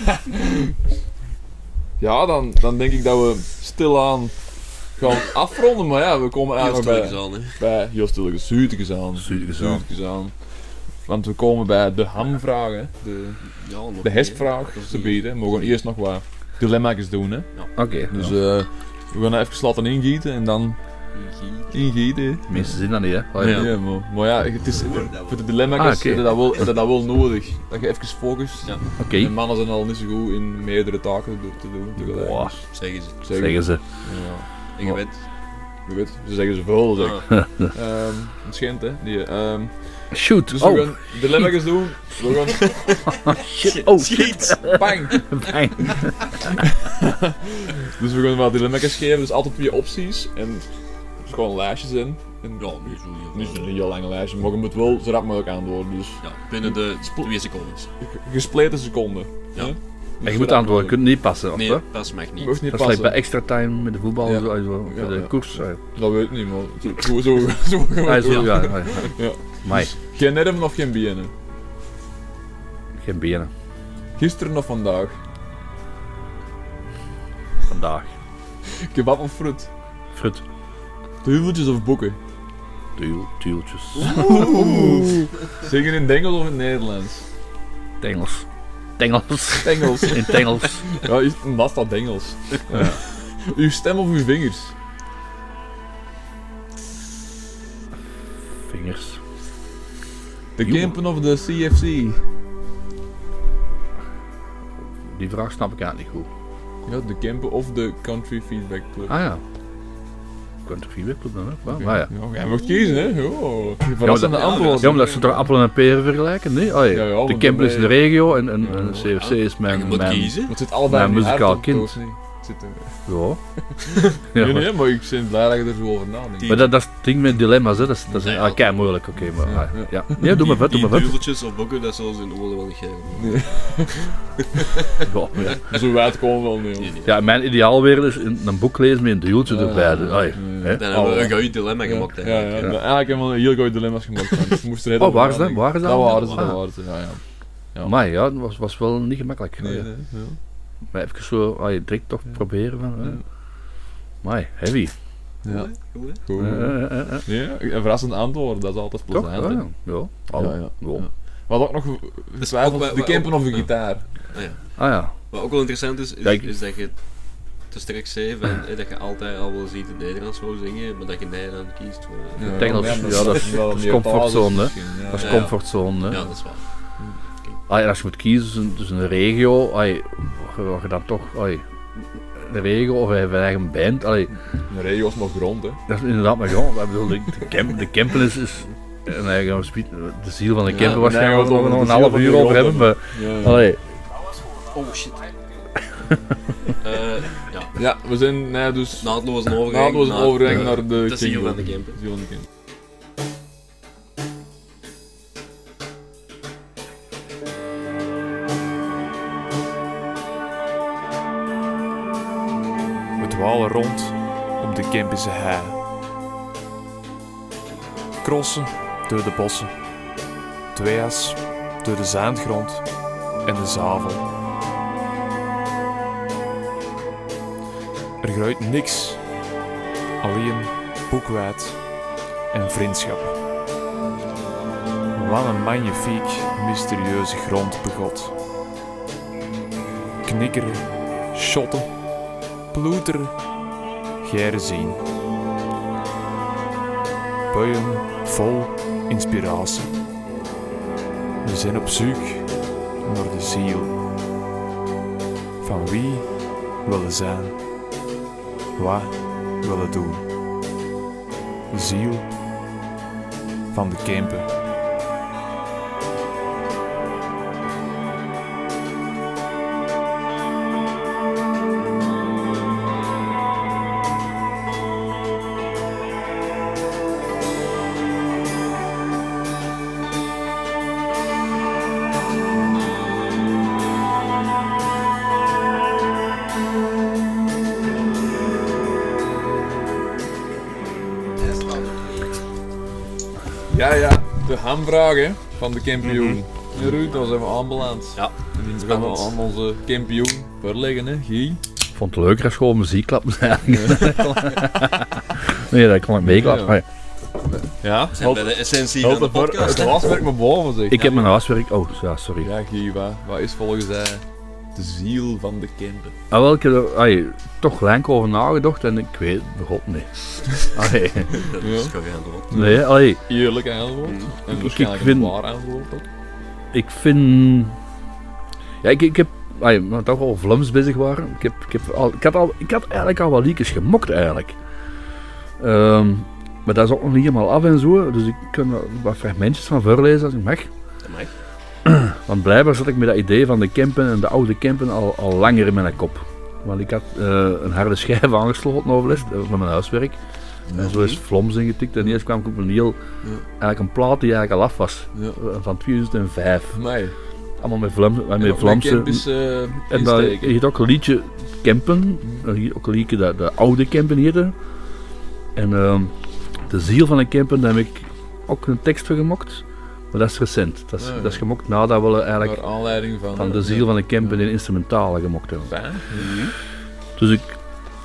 S1: Ja, dan, dan denk ik dat we stilaan gaan afronden. Maar ja, we komen
S2: Ja,
S1: eigenlijk bij...
S2: dat aan, hè.
S1: bij heel stilletjes, zuurtjes aan.
S3: Zuurtjes aan.
S1: Zuurtjes aan. Want we komen bij de hamvraag, hè. de,
S2: Ja, nog
S1: de
S2: niet, hè.
S1: hestvraag
S2: Dat is
S1: te
S2: niet-
S1: bieden. We gaan eerst nog wat dilemma's doen. Hè.
S3: Oké.
S1: Dus
S3: Dus,
S1: eh, we gaan even laten ingieten en dan ingieten.
S3: Mensen zien dat niet, hè. Allee,
S1: Ja. maar, maar ja, het is, voor de dilemma's
S3: Ah, oké.
S1: is dat wel, is dat wel nodig. Dat je even focust.
S2: Ja.
S3: Oké,
S1: En mannen zijn al niet zo goed in meerdere taken door te doen tegelijk.
S3: Wow.
S1: Dus
S2: Zeggen ze.
S1: zeggen-
S3: zeggen ze.
S1: Ja,
S2: Ik
S1: Maar-
S2: weet.
S1: je weet, ze zeggen ze veel, zeg.
S2: Ah,
S1: Ehm, het schijnt, hè. Nee, ehm,
S3: Shoot!
S1: dus
S3: oh,
S1: we gaan dilemma's doen. We gaan
S3: shit! Oh, shit!
S1: Bang!
S3: Fijn.
S1: Dus we gaan wel dilemma's geven, dus altijd twee opties. En er is gewoon lijstjes in. En ja,
S2: Ja, nu zo hier.
S1: niet een heel lange lijstje, maar je moet wel zo rap mogelijk antwoorden. Dus
S2: Ja, binnen de twee secondes.
S1: gespleten seconden.
S2: Ja.
S1: hè? Dus
S3: Maar je
S1: zo
S3: moet
S1: rap
S3: antwoorden, je kunt
S1: mogelijk.
S3: niet passen, of
S2: Nee,
S3: wat?
S2: pas mag
S1: Je
S2: niet.
S1: mocht niet
S3: Dat is like bij
S1: passen.
S3: extra time met de voetbal,
S1: Ja.
S3: zo, zo, voor
S1: Ja,
S3: de
S1: ja.
S3: koers. Zo,
S1: Dat weet ik niet, man. Zo, zo, zo gaan we
S3: ja,
S1: het
S3: zo,
S1: doen.
S3: ja. ja.
S1: Ja.
S3: Mai,
S1: Geen nerven of geen benen?
S3: geen benen.
S1: Gisteren of vandaag?
S3: Vandaag.
S1: Kebab of fruit?
S3: Frut.
S1: Duiveltjes of boeken?
S3: Tuil, tuiltjes.
S1: Zingen in het Engels of in het Nederlands?
S3: Tengels. Tengels.
S1: Engels.
S3: In Tengels.
S1: ja, is- dat staat Engels. Ja. Uw stem of uw vingers?
S3: Vingers.
S1: De
S3: Joe.
S1: Kempen of de CFC?
S3: Die vraag snap ik eigenlijk niet goed.
S1: Ja, de Kempen of de Country Feedback Club.
S3: Ah ja. Ik kan toch vier webclub dan, hè? Wauw, Maar Ah, ja.
S1: jij mag kiezen, hè? Oh, verrassende
S2: Ja, maar dat-
S1: antwoord.
S3: Ja, maar dat ze toch appelen en peren vergelijken? Nee? Oh, ja.
S1: Ja, ja, want
S3: de
S1: dan
S3: Campbell is
S1: ben
S3: de
S1: je-
S3: regio en, en, en
S2: Ja.
S3: CFC is
S2: En
S3: mijn...
S2: je moet
S3: mijn
S2: kiezen.
S1: Want het zit allebei
S3: Mijn
S1: in je
S3: muzikaal
S1: hart,
S3: kind.
S1: toch? Nee, het zit er-
S3: Ja.
S1: Nee,
S3: ja maar,
S1: nee, maar ik ben blij dat je er zo over nadenkt.
S3: maar dat, dat is het ding met dilemma's, hè. Dat is, dat is
S2: Nee,
S3: ah,
S2: ja.
S3: kei moeilijk, oké. maar,
S1: Ja,
S3: ah,
S1: ja.
S3: ja. Nee, doe maar vet, doe
S2: Die
S3: maar vet.
S2: duveltjes of boeken, dat zullen ze in oorlog wel niet geven.
S3: Ja, maar ja.
S1: Zo wijd komen we wel mee.
S2: Nee,
S1: hoor.
S2: nee.
S3: Ja, mijn ideaalwereld is een, een boek lezen met een duwtje erbij. Dus, ai, hè?
S2: Dan hebben we
S1: Oh.
S2: een goeie dilemma gemaakt
S1: Ja,
S2: eigenlijk.
S1: ja, ja. Eigenlijk hebben we een heel goeie dilemma's gemaakt. man. Ik moest er heel
S3: Oh,
S1: over
S3: waar is dat?
S1: nadenken.
S3: Waar is dat?
S1: Dat waren ze, dat
S3: Ah.
S1: waren ze, ja, ja. Ja.
S3: Maar ja, dat was, was wel niet gemakkelijk.
S1: Nee,
S3: Ja.
S1: nee, ja.
S3: Maar even zo, ai, direct toch proberen van... hè.
S1: Ja.
S3: Amai, heavy.
S1: Ja,
S2: Goed, hè?
S1: goed.
S3: Eh, eh, eh, eh.
S1: Ja, een verrassend antwoord, dat is altijd
S3: Toch?
S1: plezant.
S3: Ja,
S1: hè.
S3: ja. Ja,
S1: Ja,
S3: alle.
S1: ja.
S3: Ja.
S1: Ja. We hadden ook nog
S2: ook
S1: getwijfeld,
S2: bij-
S1: de
S2: bij-
S1: campen of de
S2: ja.
S1: gitaar.
S3: Ah ja.
S2: Wat ook wel interessant is, is,
S3: Ja, ik-
S2: is dat je te sterk zei van, eh, dat je altijd al wel ziet in Nederlands wou zingen, maar dat je Nederland kiest voor... eh, Ja,
S1: Ja,
S3: Engels,
S1: maar
S3: ja, dat is-
S1: wel
S3: dat is
S1: meer
S3: comfortzone,
S1: basis misschien,
S3: Dat is
S1: ja.
S2: ja.
S3: comfortzone. hè.
S2: dat is waar.
S3: Ai, en als je moet kiezen tussen, tussen een regio, ai, waar je dan toch ai, een regio of een eigen band. Ai,
S1: Een regio is nog grond, hè.
S3: dat is inderdaad maar gewoon. Ik bedoel, de, de, camp, de campen is, is eh, een eigen speed, de ziel van de camper
S2: nee,
S3: waarschijnlijk
S1: want
S3: nog,
S1: over
S3: nog een
S1: de ziel
S3: half
S1: van de
S3: uur over
S1: grond
S3: hebben. Maar, allee,
S2: Oh shit. Eh ja,
S1: Ja, we zijn nee, dus
S2: naadloos een overgang.
S1: naadloos een
S2: naar-
S1: overgang naar de
S2: de ziel van de
S1: camper.
S2: camper.
S1: Ziel van de camper.
S6: We dwalen rond om de Kempische hei. Crossen door de bossen, tweeërs door de zaandgrond en de zavel. Er groeit niks, alleen boekwijd en vriendschap. Wat een magnifiek, mysterieuze grond begot. Knikkeren, shotten, ploeteren, geren zien. Buien vol inspiratie. We zijn op zoek naar de ziel. Van wie willen zijn, wat willen doen. De ziel van de camper.
S1: Ja, ja, de hamvraag hè, van de kampioen. Ja, Ruud, dan zijn we aanbeland.
S2: Ja,
S1: We gaan
S2: spannend.
S1: aan onze kampioen verleggen, hè, Guy.
S3: ik vond het leuker als gewoon muziekklappen zijn. nee, dat kan ik meeklappen. maar
S1: Ja,
S2: We zijn bij de essentie van de podcast.
S1: Het
S2: hè.
S1: waswerk maar boven, zeg.
S3: Ik heb mijn huiswerk... Oh, ja, sorry.
S1: Ja, Guy, wat, wat is volgens mij de ziel van de camper?
S3: Ah, wel, ik heb er ai, toch lang over nagedacht en ik weet het begot niet. Allee,
S2: Dat is gewoon aan de hand.
S3: nee, allee,
S1: Eerlijk antwoord. En waarschijnlijk een
S3: vind-
S1: waar antwoord ook.
S3: ik vind... Ja, ik, ik heb... Ai, maar toch al vlams bezig waren. Ik, heb, ik, heb al, ik, had al, ik had eigenlijk al wat liedjes gemokt, eigenlijk. Ehm, maar dat is ook nog niet helemaal af en zo, dus ik kan er wat fragmentjes van voorlezen als ik mag.
S2: Dat mag.
S3: Want blijkbaar zat ik met dat idee van de campen en de oude campen al, al langer in mijn kop. Want ik had eh, een harde schijf aangesloten overlast eh, van mijn huiswerk. En zo is Floms ingetikt en eerst kwam ik op een heel, eigenlijk een plaat die eigenlijk al af was.
S1: Ja.
S3: eh, Van 2005.
S1: Nee.
S3: Allemaal met, Vlam, eh, met Vlaamse...
S1: Eh,
S3: En dan
S1: dat,
S3: je had ook een liedje Kempen, Er heet ook een liedje dat de oude Kempen heette. En ehm, de ziel van een Kempen, daar heb ik ook een tekst voor gemokt. Maar dat is recent. Dat is,
S1: Ah, ja.
S3: dat is gemokt nadat we eigenlijk
S1: naar aanleiding van...
S3: van de ziel van een Kempen in instrumentale gemokt hebben.
S1: Fijn.
S3: Dus ik,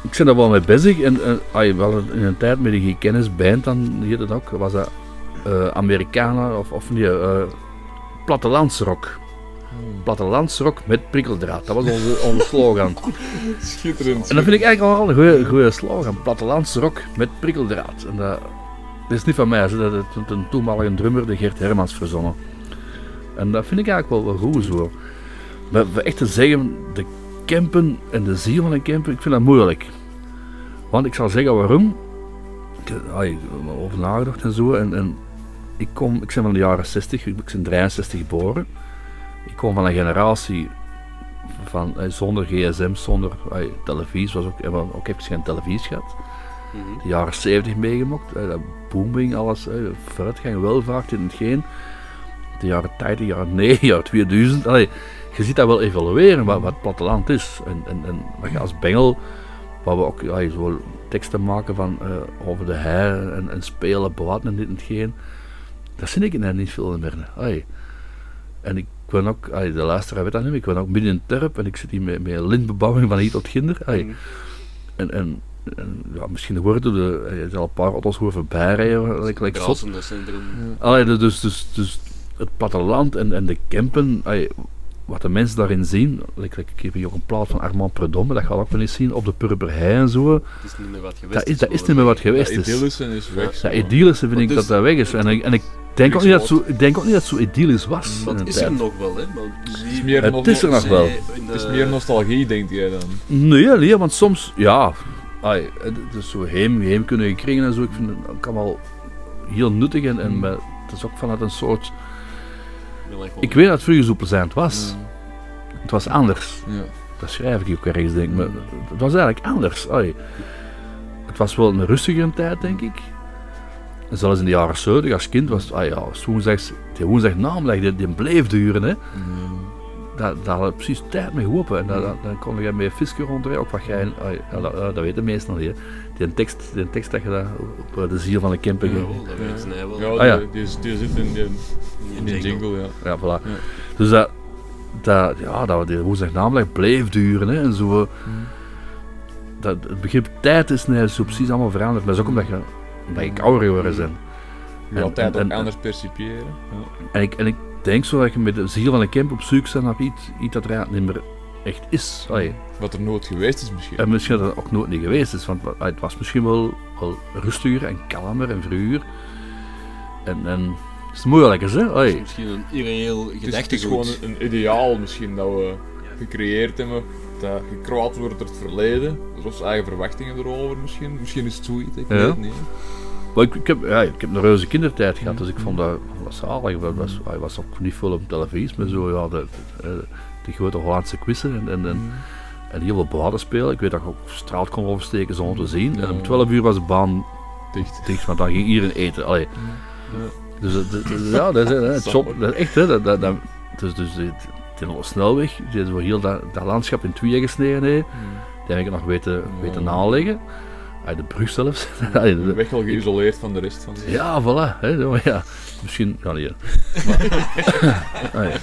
S3: ik ben daar wel mee bezig. En eh, ah, je wel in een tijd met die kennisband, dan heet het ook, was dat eh Amerikanen of, of nee, eh plattelandsrock. Plattelandsrock met prikkeldraad, dat was onze, onze slogan.
S1: Schitterend.
S3: En dat vind ik eigenlijk al een goede, goede slogan. Plattelandsrock met prikkeldraad. En dat, dat is niet van mij, hè. dat heeft een toenmalige drummer, de Gert Hermans, verzonnen. En dat vind ik eigenlijk wel, wel goed zo. Maar voor echt te zeggen, de campen en de ziel van een camper, ik vind dat moeilijk. Want ik zal zeggen waarom. Ik heb ai, over nagedacht en zo. En, en ik, kom, ik ben van de jaren 60, ik ben 63 geboren. Ik kom van een generatie van, eh, zonder gsm, zonder eh, televisie, was ook, hebben we ook even geen televisie gehad.
S2: Mhm.
S3: De jaren 70 meegemaakt, eh, dat booming, alles, eh, vooruitgang, welvaart in hetgeen. De jaren 80, jaren 9, jaren 2000, allee, je ziet dat wel evolueren, wat, wat het platteland is. En, en, en wat je als Bengel, waar we ook ja, zo teksten maken van, eh, over de hei en, en spelen, bewaten en dit en hetgeen. Dat zie ik in niet veel meer. hè. Allee. En ik ben ook, allee, de luisteraar weet dat niet, maar ik ben ook midden in het dorp en ik zit hier met, met lintbebouwing van hier tot ginder. Allee.
S2: Mm.
S3: En, en, en ja, misschien worden de, allee, er zijn al een paar auto's horen voorbij rijden, like, like zot.
S2: Brasende centrum.
S3: Allee, dus- dus, dus, dus het platteland en, en de campen, allee, wat de mensen daarin zien, like, like, ik heb hier ook een plaat van Armand Predomme, dat ga ik ook wel eens zien, op de Purperhei en zo,
S2: Het is niet meer wat geweest.
S3: dat is, dat is niet meer wat geweest
S1: Dat
S3: is.
S1: idyllische is weg.
S3: Dat
S1: zo.
S3: idyllische vind
S2: Maar
S3: ik
S2: dus-
S3: dat dat weg is. En, ik- en ik, denk ook niet dat het zo, ik denk ook niet dat het zo idyllisch was. in
S2: Dat
S3: een
S2: is
S3: tijd.
S2: er nog wel, hè? Maar die-
S1: is meer
S3: Het
S1: nog-
S3: is er nog
S2: zij
S3: wel.
S2: in de-
S1: Het is meer nostalgie, denk jij dan?
S3: Nee, nee, want soms, ja, ai, het het is zo heem, heem kunnen kringen en zo. Ik vind het kan wel heel nuttig en, en maar het is ook vanuit een soort.
S2: eh,
S3: Ik weet dat het vroeger zo plezant was. Het was anders.
S1: Ja.
S3: Dat schrijf ik hier ook ergens, denk ik. Maar het was eigenlijk anders. ai. Het was wel een rustigere tijd, denk ik. En zelfs in de jaren 70, als kind, was het, ah ja, als woensdags, die woensdagnamiddag, die, die bleef duren, hè. Daar, daar hadden we precies tijd mee geholpen. En daar, daar, daar kon je met visje rondrijden, ook wat jij, ah ja, dat, dat weten meestal niet, hè. Die tekst, die tekst dat je daar op eh, de ziel van een camper...
S2: Ja, wel, Oh, dat weet hij wel.
S1: Ja,
S3: Ah, ja.
S1: Die, die, is- die zit in die, in die jingle, ja.
S3: Ja, voilà. Dus dat, dat, ja, dat die woensdagnamiddag bleef duren hè, en zo. eh, Dat, het begrip tijd is nee, zo precies allemaal veranderd, maar dat is ook omdat, je, omdat ik ouder geworden ben.
S1: Je
S3: En-
S1: wil altijd
S3: en-
S1: ook
S3: en-
S1: anders percipiëren. Ja.
S3: En ik, en ik denk zo dat je met de ziel van een camp op zoek bent naar iets, iets dat er eigenlijk niet meer echt is. Allee,
S1: Wat er nooit geweest is misschien.
S3: en misschien dat het ook nooit niet geweest is, want wa- allee, het was misschien wel, wel rustiger en kalmer en vroeger. En, en het is moeilijker, hè?
S2: Dat is
S3: Allee.
S2: misschien een irreëel
S1: het, is, Dus het
S2: gedachtegoed.
S1: is gewoon een, een ideaal misschien dat we gecreëerd hebben. Dat gekroat wordt door het verleden. Er onze eigen verwachtingen erover misschien. Misschien is het zoiets, ik
S3: Ja.
S1: weet het niet. hè.
S3: Maar ik, ik, heb, ja, ik heb een reuze kindertijd gehad, dus ik vond dat, vond dat zalig. Dat was, hij was ook niet veel op televisie, maar zo, ja, de, eh, die grote Hollandse quizzen en, en, en, en heel veel bladen spelen. Ik weet dat ik ook straat kon oversteken zonder te zien. En om
S1: Ja.
S3: 12 uur was de baan
S1: Dicht.
S3: dicht, want dan ging iedereen eten. Allee. Dus dat- dat- dat- ja, dat is hè, het job, dat is echt. Hè, dat, dat, dat, dus dus die, die hele snelweg, die is wel heel dat, dat landschap in tweeën gesneden. Hè. Die heb ik nog weten, weten naleggen. Uit de brug zelfs. Allee,
S1: De
S3: dat-
S1: weg al geïsoleerd van de rest van de
S3: ja, voilà. Hè, zo, ja. Misschien, ja, nee. Maar, Ah, ja.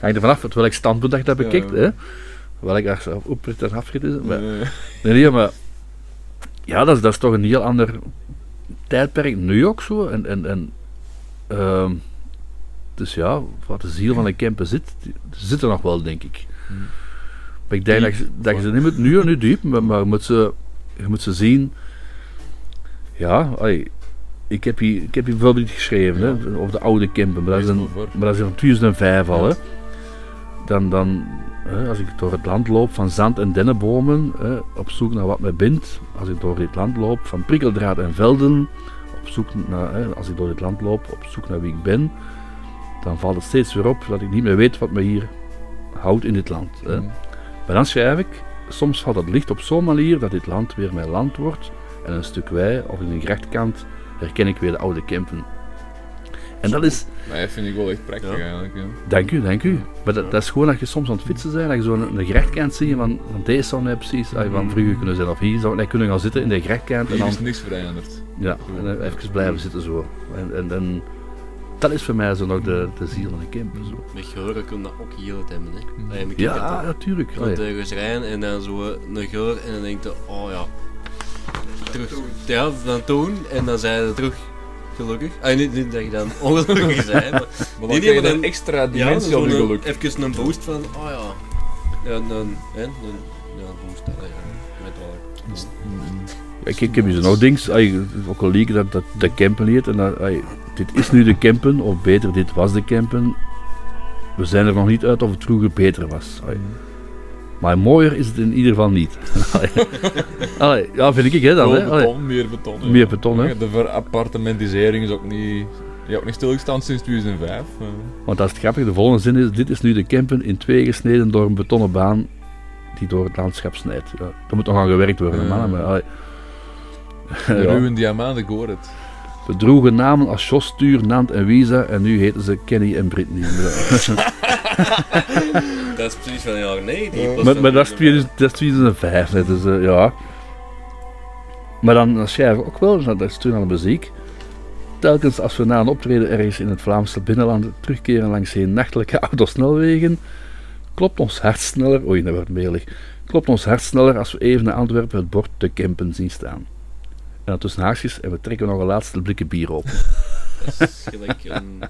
S3: Hangt er vanaf uit welk standpunt dat je dat
S1: Ja.
S3: bekijkt. Hè? Welk als oprit en afrit is. Maar,
S1: Eh,
S3: nee, nee, maar... Ja, dat is, dat is toch een heel ander tijdperk nu ook zo. En, en, en, ehm, dus ja, wat de ziel van een camper zit, die- die zit er nog wel, denk ik. Maar ik denk dat je, dat je ze niet moet nu en nu diep, maar, maar je, moet ze, je moet ze zien. Ja, ai, ik, heb hier, ik heb hier bijvoorbeeld iets geschreven hè, over de oude camper, maar dat is,
S1: Lees
S3: een,
S1: maar voor.
S3: maar dat is in 2005 al. Hè. Dan, dan hè, als ik door het land loop van zand en dennenbomen, hè, op zoek naar wat mij bindt. Als ik door dit land loop van prikkeldraad en velden, op zoek naar, hè, als ik door dit land loop op zoek naar wie ik ben, dan valt het steeds weer op dat ik niet meer weet wat me hier houdt in dit land. Hè. Maar dan schrijf ik, soms valt het licht op zo'n manier dat dit land weer mijn land wordt en een stuk wei of in een grachtkant herken ik weer de oude Kempen. En dat is,
S1: maar dat vind ik wel echt prachtig
S2: Ja.
S1: eigenlijk. Ja.
S3: dank u, dank u. Maar dat, dat is gewoon dat je soms aan het fietsen bent, dat je zo'n een grachtkant ziet van, van deze zou net precies ah, van vroeger kunnen zijn of hier zou ik net kunnen gaan zitten in de grachtkant en
S1: Hier
S3: dan
S1: is niks veranderd.
S3: ja, en dan even blijven zitten zo. En, en, en dat is voor mij zo nog de, de ziel van een camper. Zo.
S2: Met geuren kun je dat ook heel het hebben, hè. Dat heb ik ook
S3: Ja,
S2: altijd.
S3: natuurlijk.
S2: Je
S3: Allee.
S2: komt ergens rijden en dan zo eh, een geur en dan denk je, oh ja. Terug. Ja, dan toen en dan zijn ze terug. Gelukkig. Ah, niet, niet dat je dan ongelukkig bent, maar Nee,
S1: Maar dan
S2: nee,
S1: krijg je
S2: maar
S1: een
S2: dan-
S1: extra
S2: ja, dan
S1: dimensie
S2: zo
S1: aan je
S2: een-
S1: geluk.
S2: even een boost van, oh ja. Ja, een, een, hè, een, ja, een boost. allee, ja, met wel.
S3: Ik, ik heb hier zo nog dings, ai, een collega dat, dat de campen heet. En dat, ai, dit is nu de campen, of beter, dit was de campen. We zijn er nog niet uit of het vroeger beter was. ai. Maar mooier is het in ieder geval niet. Allee. Allee, ja, vind ik hè, dan.
S1: Veel
S3: Hè. Allee.
S1: beton, meer beton. ja.
S3: Meer beton, hè.
S1: Ja, De verappartementisering is ook niet... Je hebt ook niet stilgestaan sinds 2005. eh.
S3: Want dat is het grappige, de volgende zin is, dit is nu de campen in twee gesneden door een betonnen baan die door het landschap snijdt. Ja, er moet nog aan gewerkt worden,
S1: Ja.
S3: mannen. Maar, allee.
S1: De
S3: Ja.
S1: ruwe diamant, ik hoor het.
S3: We droegen namen als Jos, Tuur, Nant en Wiesa en nu heten ze Kenny en Britney.
S2: Dat is precies van, ja, nee. Die past
S3: maar, maar dat is
S2: niet
S3: 2000 dat is 2005, net, dus eh, ja. Maar dan, dan schrijven we ook wel, nou, dat is toen aan de muziek. Telkens als we na een optreden ergens in het Vlaamse binnenland terugkeren langs geen nachtelijke autosnelwegen, klopt ons hart sneller. Oei, dat wordt melig. Klopt ons hart sneller als we even naar Antwerpen het bord te Kempen zien staan. En dan tussen haakjes en we trekken nog een laatste blikje bier op.
S2: meer. Dat is gelijk een...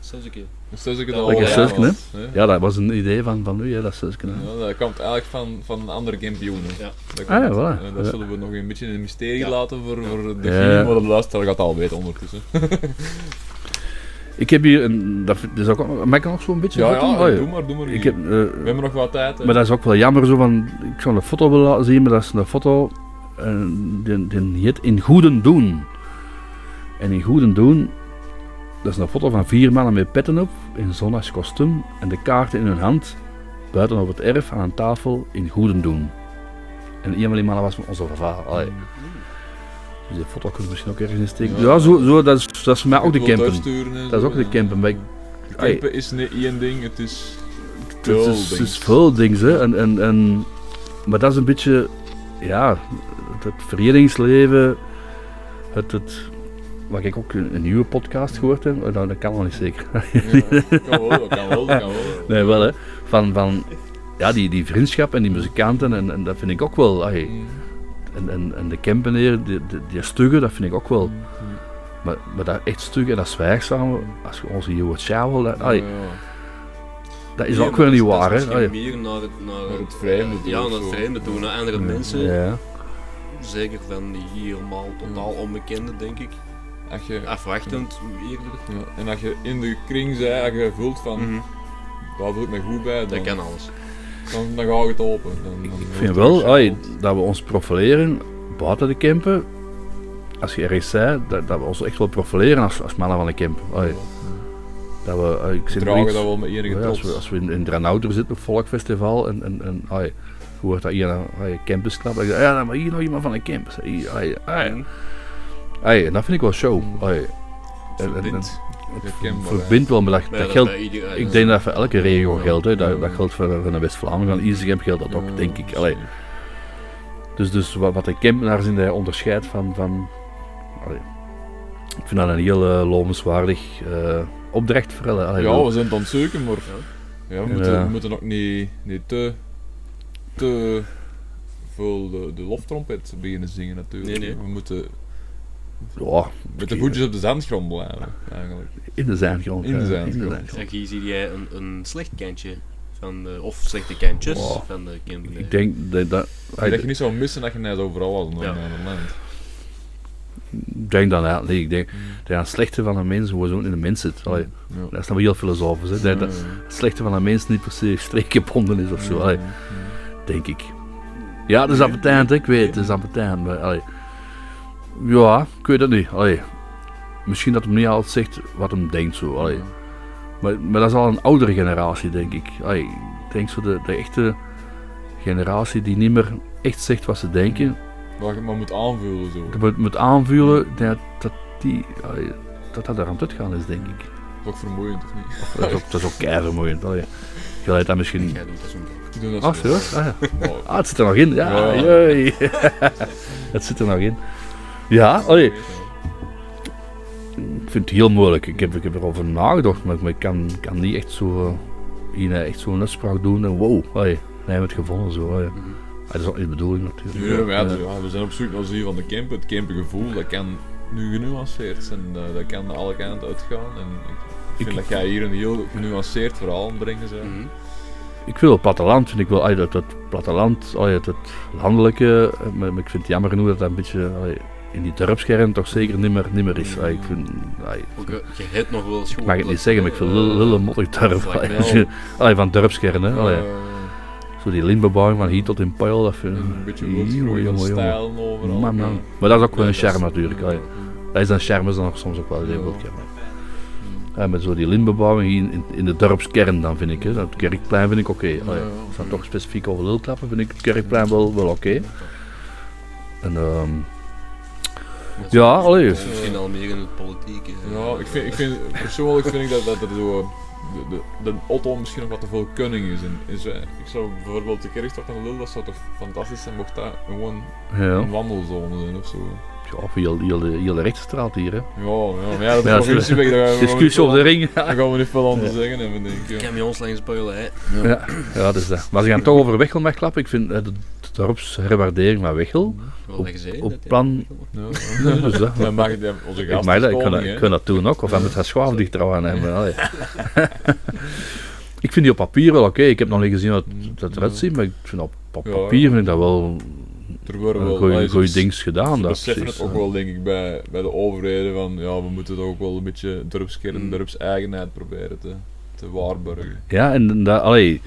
S2: Zoals ik
S1: Dus dat is ook het
S2: Dat
S1: al-
S2: is
S3: Suske, hè?
S1: was, hè.
S3: Ja, dat was een idee van, van nu, hè, dat is kunnen.
S1: Ja, dat komt eigenlijk van, van een andere kampioen. hè.
S2: Ja.
S1: Dat, komt-
S3: Ah, ja, voilà.
S1: eh, dat
S3: Ja.
S1: zullen we nog een beetje in het mysterie
S2: Ja.
S1: laten voor, voor de
S3: Ja.
S1: maar de luisteraar gaat het al weten ondertussen.
S3: Ik heb hier een. Dat vind- dat is ook, al- mag ik nog zo'n beetje?
S1: Ja,
S3: vatten?
S1: ja,
S3: Oh,
S1: doe maar, doe maar.
S3: Ik heb, eh,
S1: We hebben nog wat tijd. hè.
S3: maar dat is ook wel jammer, zo van, ik zou een foto willen laten zien, maar dat is een foto eh, die, die heet In Goeden Doen. En In Goeden Doen, dat is een foto van vier mannen met petten op, in zondagskostuum, en de kaarten in hun hand, buiten op het erf aan een tafel in Goeden Doen. En een van die mannen was onze vervaar. Allee. Dus die foto kunnen we misschien ook ergens in steken. Ja,
S1: Ja.
S3: zo, zo, dat, is, dat is voor mij ook de
S1: Ik wil
S3: campen.
S1: thuissturen en
S3: Dat is
S1: zo,
S3: ook de
S1: ja.
S3: campen, maar ik- Allee.
S1: Campen is niet één ding, het is...
S3: Het is, het is veel dingen, hè. En, en, en, maar dat is een beetje, ja, het, het verenigingsleven, het, het, wat ik ook een, een nieuwe podcast gehoord heb, eh, nou, dat kan wel niet zeker.
S1: Dat kan wel, dat kan wel, dat kan wel.
S3: Nee, wel hè. Van, van ja, die, die vriendschap en die muzikanten, en, en dat vind ik ook wel, ai,
S1: Mm.
S3: en, en, en de campen hier, die, die, die stuggen, dat vind ik ook wel. Maar, maar dat echt stug en dat zwijgzame, als je onze Joe Chauvel, dat, ai,
S1: Ja.
S3: dat is ook wel niet waar hè.
S2: Misschien
S3: Ai.
S2: meer naar het, naar
S1: Naar het vreemde toe
S2: Ja,
S1: of
S2: naar het
S1: zo.
S2: vreemde toe, naar andere mensen.
S3: Ja.
S2: Zeker van die helemaal totaal onbekende, denk ik.
S1: Als je,
S2: Afwachtend, eerder.
S1: ja, En als je in de kring bent, als je voelt van, waar voelt mij goed bij,
S2: Mhm. Dat
S1: dan,
S2: kan alles.
S3: Ah,
S1: dan, dan ga ik het open. Dan, dan
S3: Ik vind wel ai, dat we ons profileren buiten de campen. Als je ergens zei, dat, dat we ons echt wel profileren als, als mannen van de camp. Ai, dat we, ai, ik
S1: Ze
S3: zit
S1: dragen
S3: nog iets-
S1: dat wel met enige
S3: Ja, als, we,
S1: trots.
S3: als we in, in Dranouter zitten op Volkfestival en, en, en ai, hoe wordt dat hier aan ai, campus klappen? Dan zeg je, Ja, maar hier nog iemand van de campus. Ai, ai, ai. Ai, en dat vind ik wel show. Ai, en- en-
S1: Verbindt.
S3: het
S1: Herkenbaar, hè.
S3: verbindt wel, maar dat,
S2: Maar
S3: dat
S2: dat
S3: geldt
S2: bij ieder- ja,
S3: ik
S2: dat-
S3: denk dat voor elke regio geldt. Hè.
S1: Ja.
S3: Dat, dat geldt voor, voor de West-Vlamingen. Van Izegem geldt dat ook,
S1: Ja,
S3: denk ik. Allee. Dus, dus wat, wat de campenaars in de onderscheidt van... van allee. Ik vind dat een heel eh, lovenswaardig eh, opdracht voor hen. Allee,
S1: Ja,
S3: wel.
S1: we zijn het aan het zoeken, maar ja, we, moeten,
S3: Ja.
S1: we moeten ook niet, niet te, te veel de, de loftrompet beginnen zingen natuurlijk.
S2: Nee, nee.
S1: We moeten
S3: ja,
S1: met de voetjes op de zandgrond blijven, eigenlijk.
S3: in de zijngrond.
S1: In de
S3: ja,
S1: zijngrond.
S3: zijngrond.
S2: Zeg, hier zie jij een, een slecht kantje. Van de, of slechte kantjes
S3: Oh.
S2: van de kinderen.
S3: Ik denk dat... dat allee,
S1: dat je niet zou missen dat je net overal was in
S2: Ja.
S1: Nederland. land.
S3: ik denk dat eigenlijk niet. Ik denk dat het slechte van een mens gewoon zo in de mens zit. Allee,
S1: Mm. Ja.
S3: Dat is dan wel heel filosofisch. Hè. Dat, dat het slechte van een mens niet per se streekgebonden is of zo. Allee. denk ik. Ja, het is appetant, hè, ik weet, het het is appetant, maar allee. Ja, ik weet het niet. Allee. Misschien dat hem niet altijd zegt wat hem denkt, zo. Allee. Maar, maar dat is al een oudere generatie, denk ik. Allee, ik denk zo de, de echte generatie die niet meer echt zegt wat ze denken.
S1: Waar je het maar moet aanvullen zo.
S3: Ik moet, moet aanvuren ik denk dat dat, die, allee, dat dat er aan het gaan is, denk ik.
S1: Dat is ook vermoeiend, of niet?
S3: Dat is ook, dat is ook keivermoeiend. Allee. Je leidt dat misschien...
S2: Jij doet dat zo'n
S1: Ik doe dat
S3: Ah,
S1: zo.
S3: serieus? Ah, ja.
S1: Maar-
S3: Ah, het zit er nog in. Ja,
S1: Ja.
S3: jee. het zit er nog in. Ja, allee. Ik vind het heel moeilijk. Ik heb, ik heb erover nagedacht, maar ik- maar ik kan, kan niet echt zo eh, in, eh, echt zo'n uitspraak doen en wow, hey, dan hebben we het gevonden zo. hey. Ah, Dat is ook niet de bedoeling natuurlijk.
S1: Mhm. Ja, maar ja,
S3: Eh,
S1: dus ja, we zijn op zoek naar zoiets van de camper. Het campergevoel, dat kan nu genuanceerd zijn. eh, dat kan alle kanten uitgaan. En ik vind
S3: Ik- Mm.
S1: dat jij hier een heel genuanceerd verhaal aan het brengen bent.
S2: Mhm.
S3: Ik wil het platteland, vind ik wel, allee, dat, dat platteland, allee, het, het landelijke, eh, maar, maar ik vind het jammer genoeg dat dat een beetje allee, in die dorpskern toch zeker nimmer, nimmer is. Allee, ik vind, allee,
S2: Ook, eh, je hebt nog wel eens
S3: ik
S2: gewoon
S3: mag het niet zeggen, maar ik vind lille, lille mottig dorp.
S2: Fuck
S3: Allee,
S2: wel.
S3: als je- allee, van dorpskern, hè. Allee,
S1: Eh,
S3: zo die lintbebouwing van hier tot in Pijl, dat vind ik...
S1: een beetje
S3: Jongen,
S1: wildgroei van
S3: jongen, jongen.
S1: stijlen overal.
S3: Man, man.
S1: Ja.
S3: Maar dat is ook wel een
S2: Nee, dat
S3: charme
S2: is-
S3: natuurlijk. allee. Dat is dan charme, is dan nog soms ook wel
S1: Ja.
S3: heel veel Ja, met zo die lintbebouwing hier in, in de dorpskern dan vind ik. Hè. Dat kerkplein vind ik oké. Allee,
S1: Ja.
S3: Als we dan toch specifiek over lulklappen vind ik het kerkplein wel, wel oké. En ehm,
S2: Dat is-
S3: ja, allee.
S2: dat is Misschien al meer in het politieke. eh.
S1: Ja, ik vind, ik vind, persoonlijk vind ik dat, dat er zo... De, de, de Otto misschien nog wat te veel kunning is. in in zijn- ik zou bijvoorbeeld de kerktocht aan de Lul, dat zou toch fantastisch zijn mocht dat gewoon
S3: Ja,
S1: een wandelzone zijn of zo.
S3: ja of heel, heel, de- heel de rechtsstraat hier. Hè.
S1: Ja, ja, maar ja, dat
S3: Ja,
S1: is een
S3: dat is-
S1: discussie. Daar gaan we niet
S3: Discussie
S1: veel
S3: op de ring.
S1: Daar gaan we niet veel aan te zeggen hebben, denk ik.
S2: Ik
S1: Ja.
S2: heb bij ons langs Beulen, hè.
S3: Ja, ja, dat is dat. Maar als je dan toch over Wechel mag klappen, ik vind eh, de, de dorpsherwaardering van Wechel
S2: Wel gezegd.
S3: op plan...
S1: Ja.
S3: Ja, dus, dat is dat.
S1: Dan mag ja, onze
S3: Ik,
S1: gast
S3: mag
S1: is
S3: dat, ik, kan dat,
S1: koning,
S3: ik
S1: hè.
S3: kan dat doen ook, of hij moet haar schaaf dicht eraan hebben. allee. ik vind die op papier wel oké. Ik heb nog niet gezien wat dat eruit ziet, maar ik vind op, op
S1: Ja.
S3: papier vind ik dat wel
S1: Er worden wel...
S3: een
S1: allee, ze
S3: goed
S1: bes-
S3: dings gedaan.
S1: Ze
S3: daar
S1: beseffen het
S3: precies,
S1: ook
S3: ja.
S1: wel, denk ik, bij, bij de overheden van... Ja, we moeten toch ook wel een beetje dorpskern,
S2: Mm.
S1: dorpseigenheid proberen te, te waarborgen.
S3: Ja, en dat, allee,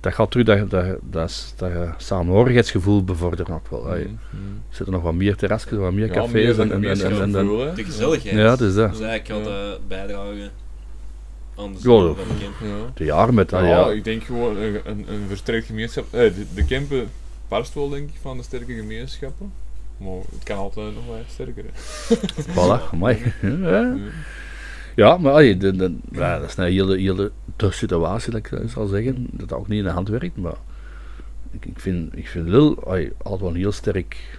S3: dat gaat terug dat, dat, dat, is- dat eh, samenhorigheidsgevoel bevorderen ook wel. allee.
S1: Mm.
S3: Er zitten nog wat meer terrasjes, wat meer
S1: Ja, meer
S3: cafés.
S1: dan-
S3: en, en,
S1: meer
S3: en,
S1: dan
S3: en, en-
S1: vroeger, hè.
S2: De gezelligheid.
S3: ja, het is dat.
S2: Dus eigenlijk had eh, bijdragen aan de
S3: Ja,
S2: zorg
S3: dat-
S2: van de kind.
S1: Ja.
S3: De jaar met dat,
S1: ja,
S3: Ah, ja.
S1: ik denk gewoon een, een, een versterkt gemeenschap. Eh, de, de Kempen barst wel, denk ik, van de sterke gemeenschappen. Maar het kan altijd nog wel sterker. hè.
S3: Voilà, amai. Ja.
S1: Ja.
S3: Ja, maar allee, de, de- ja, dat is een hele, hele de situatie, dat ik eh, zal zeggen. Dat dat ook niet in de hand werkt, maar ik, ik vind, ik vind Lil allee, altijd wel een heel sterk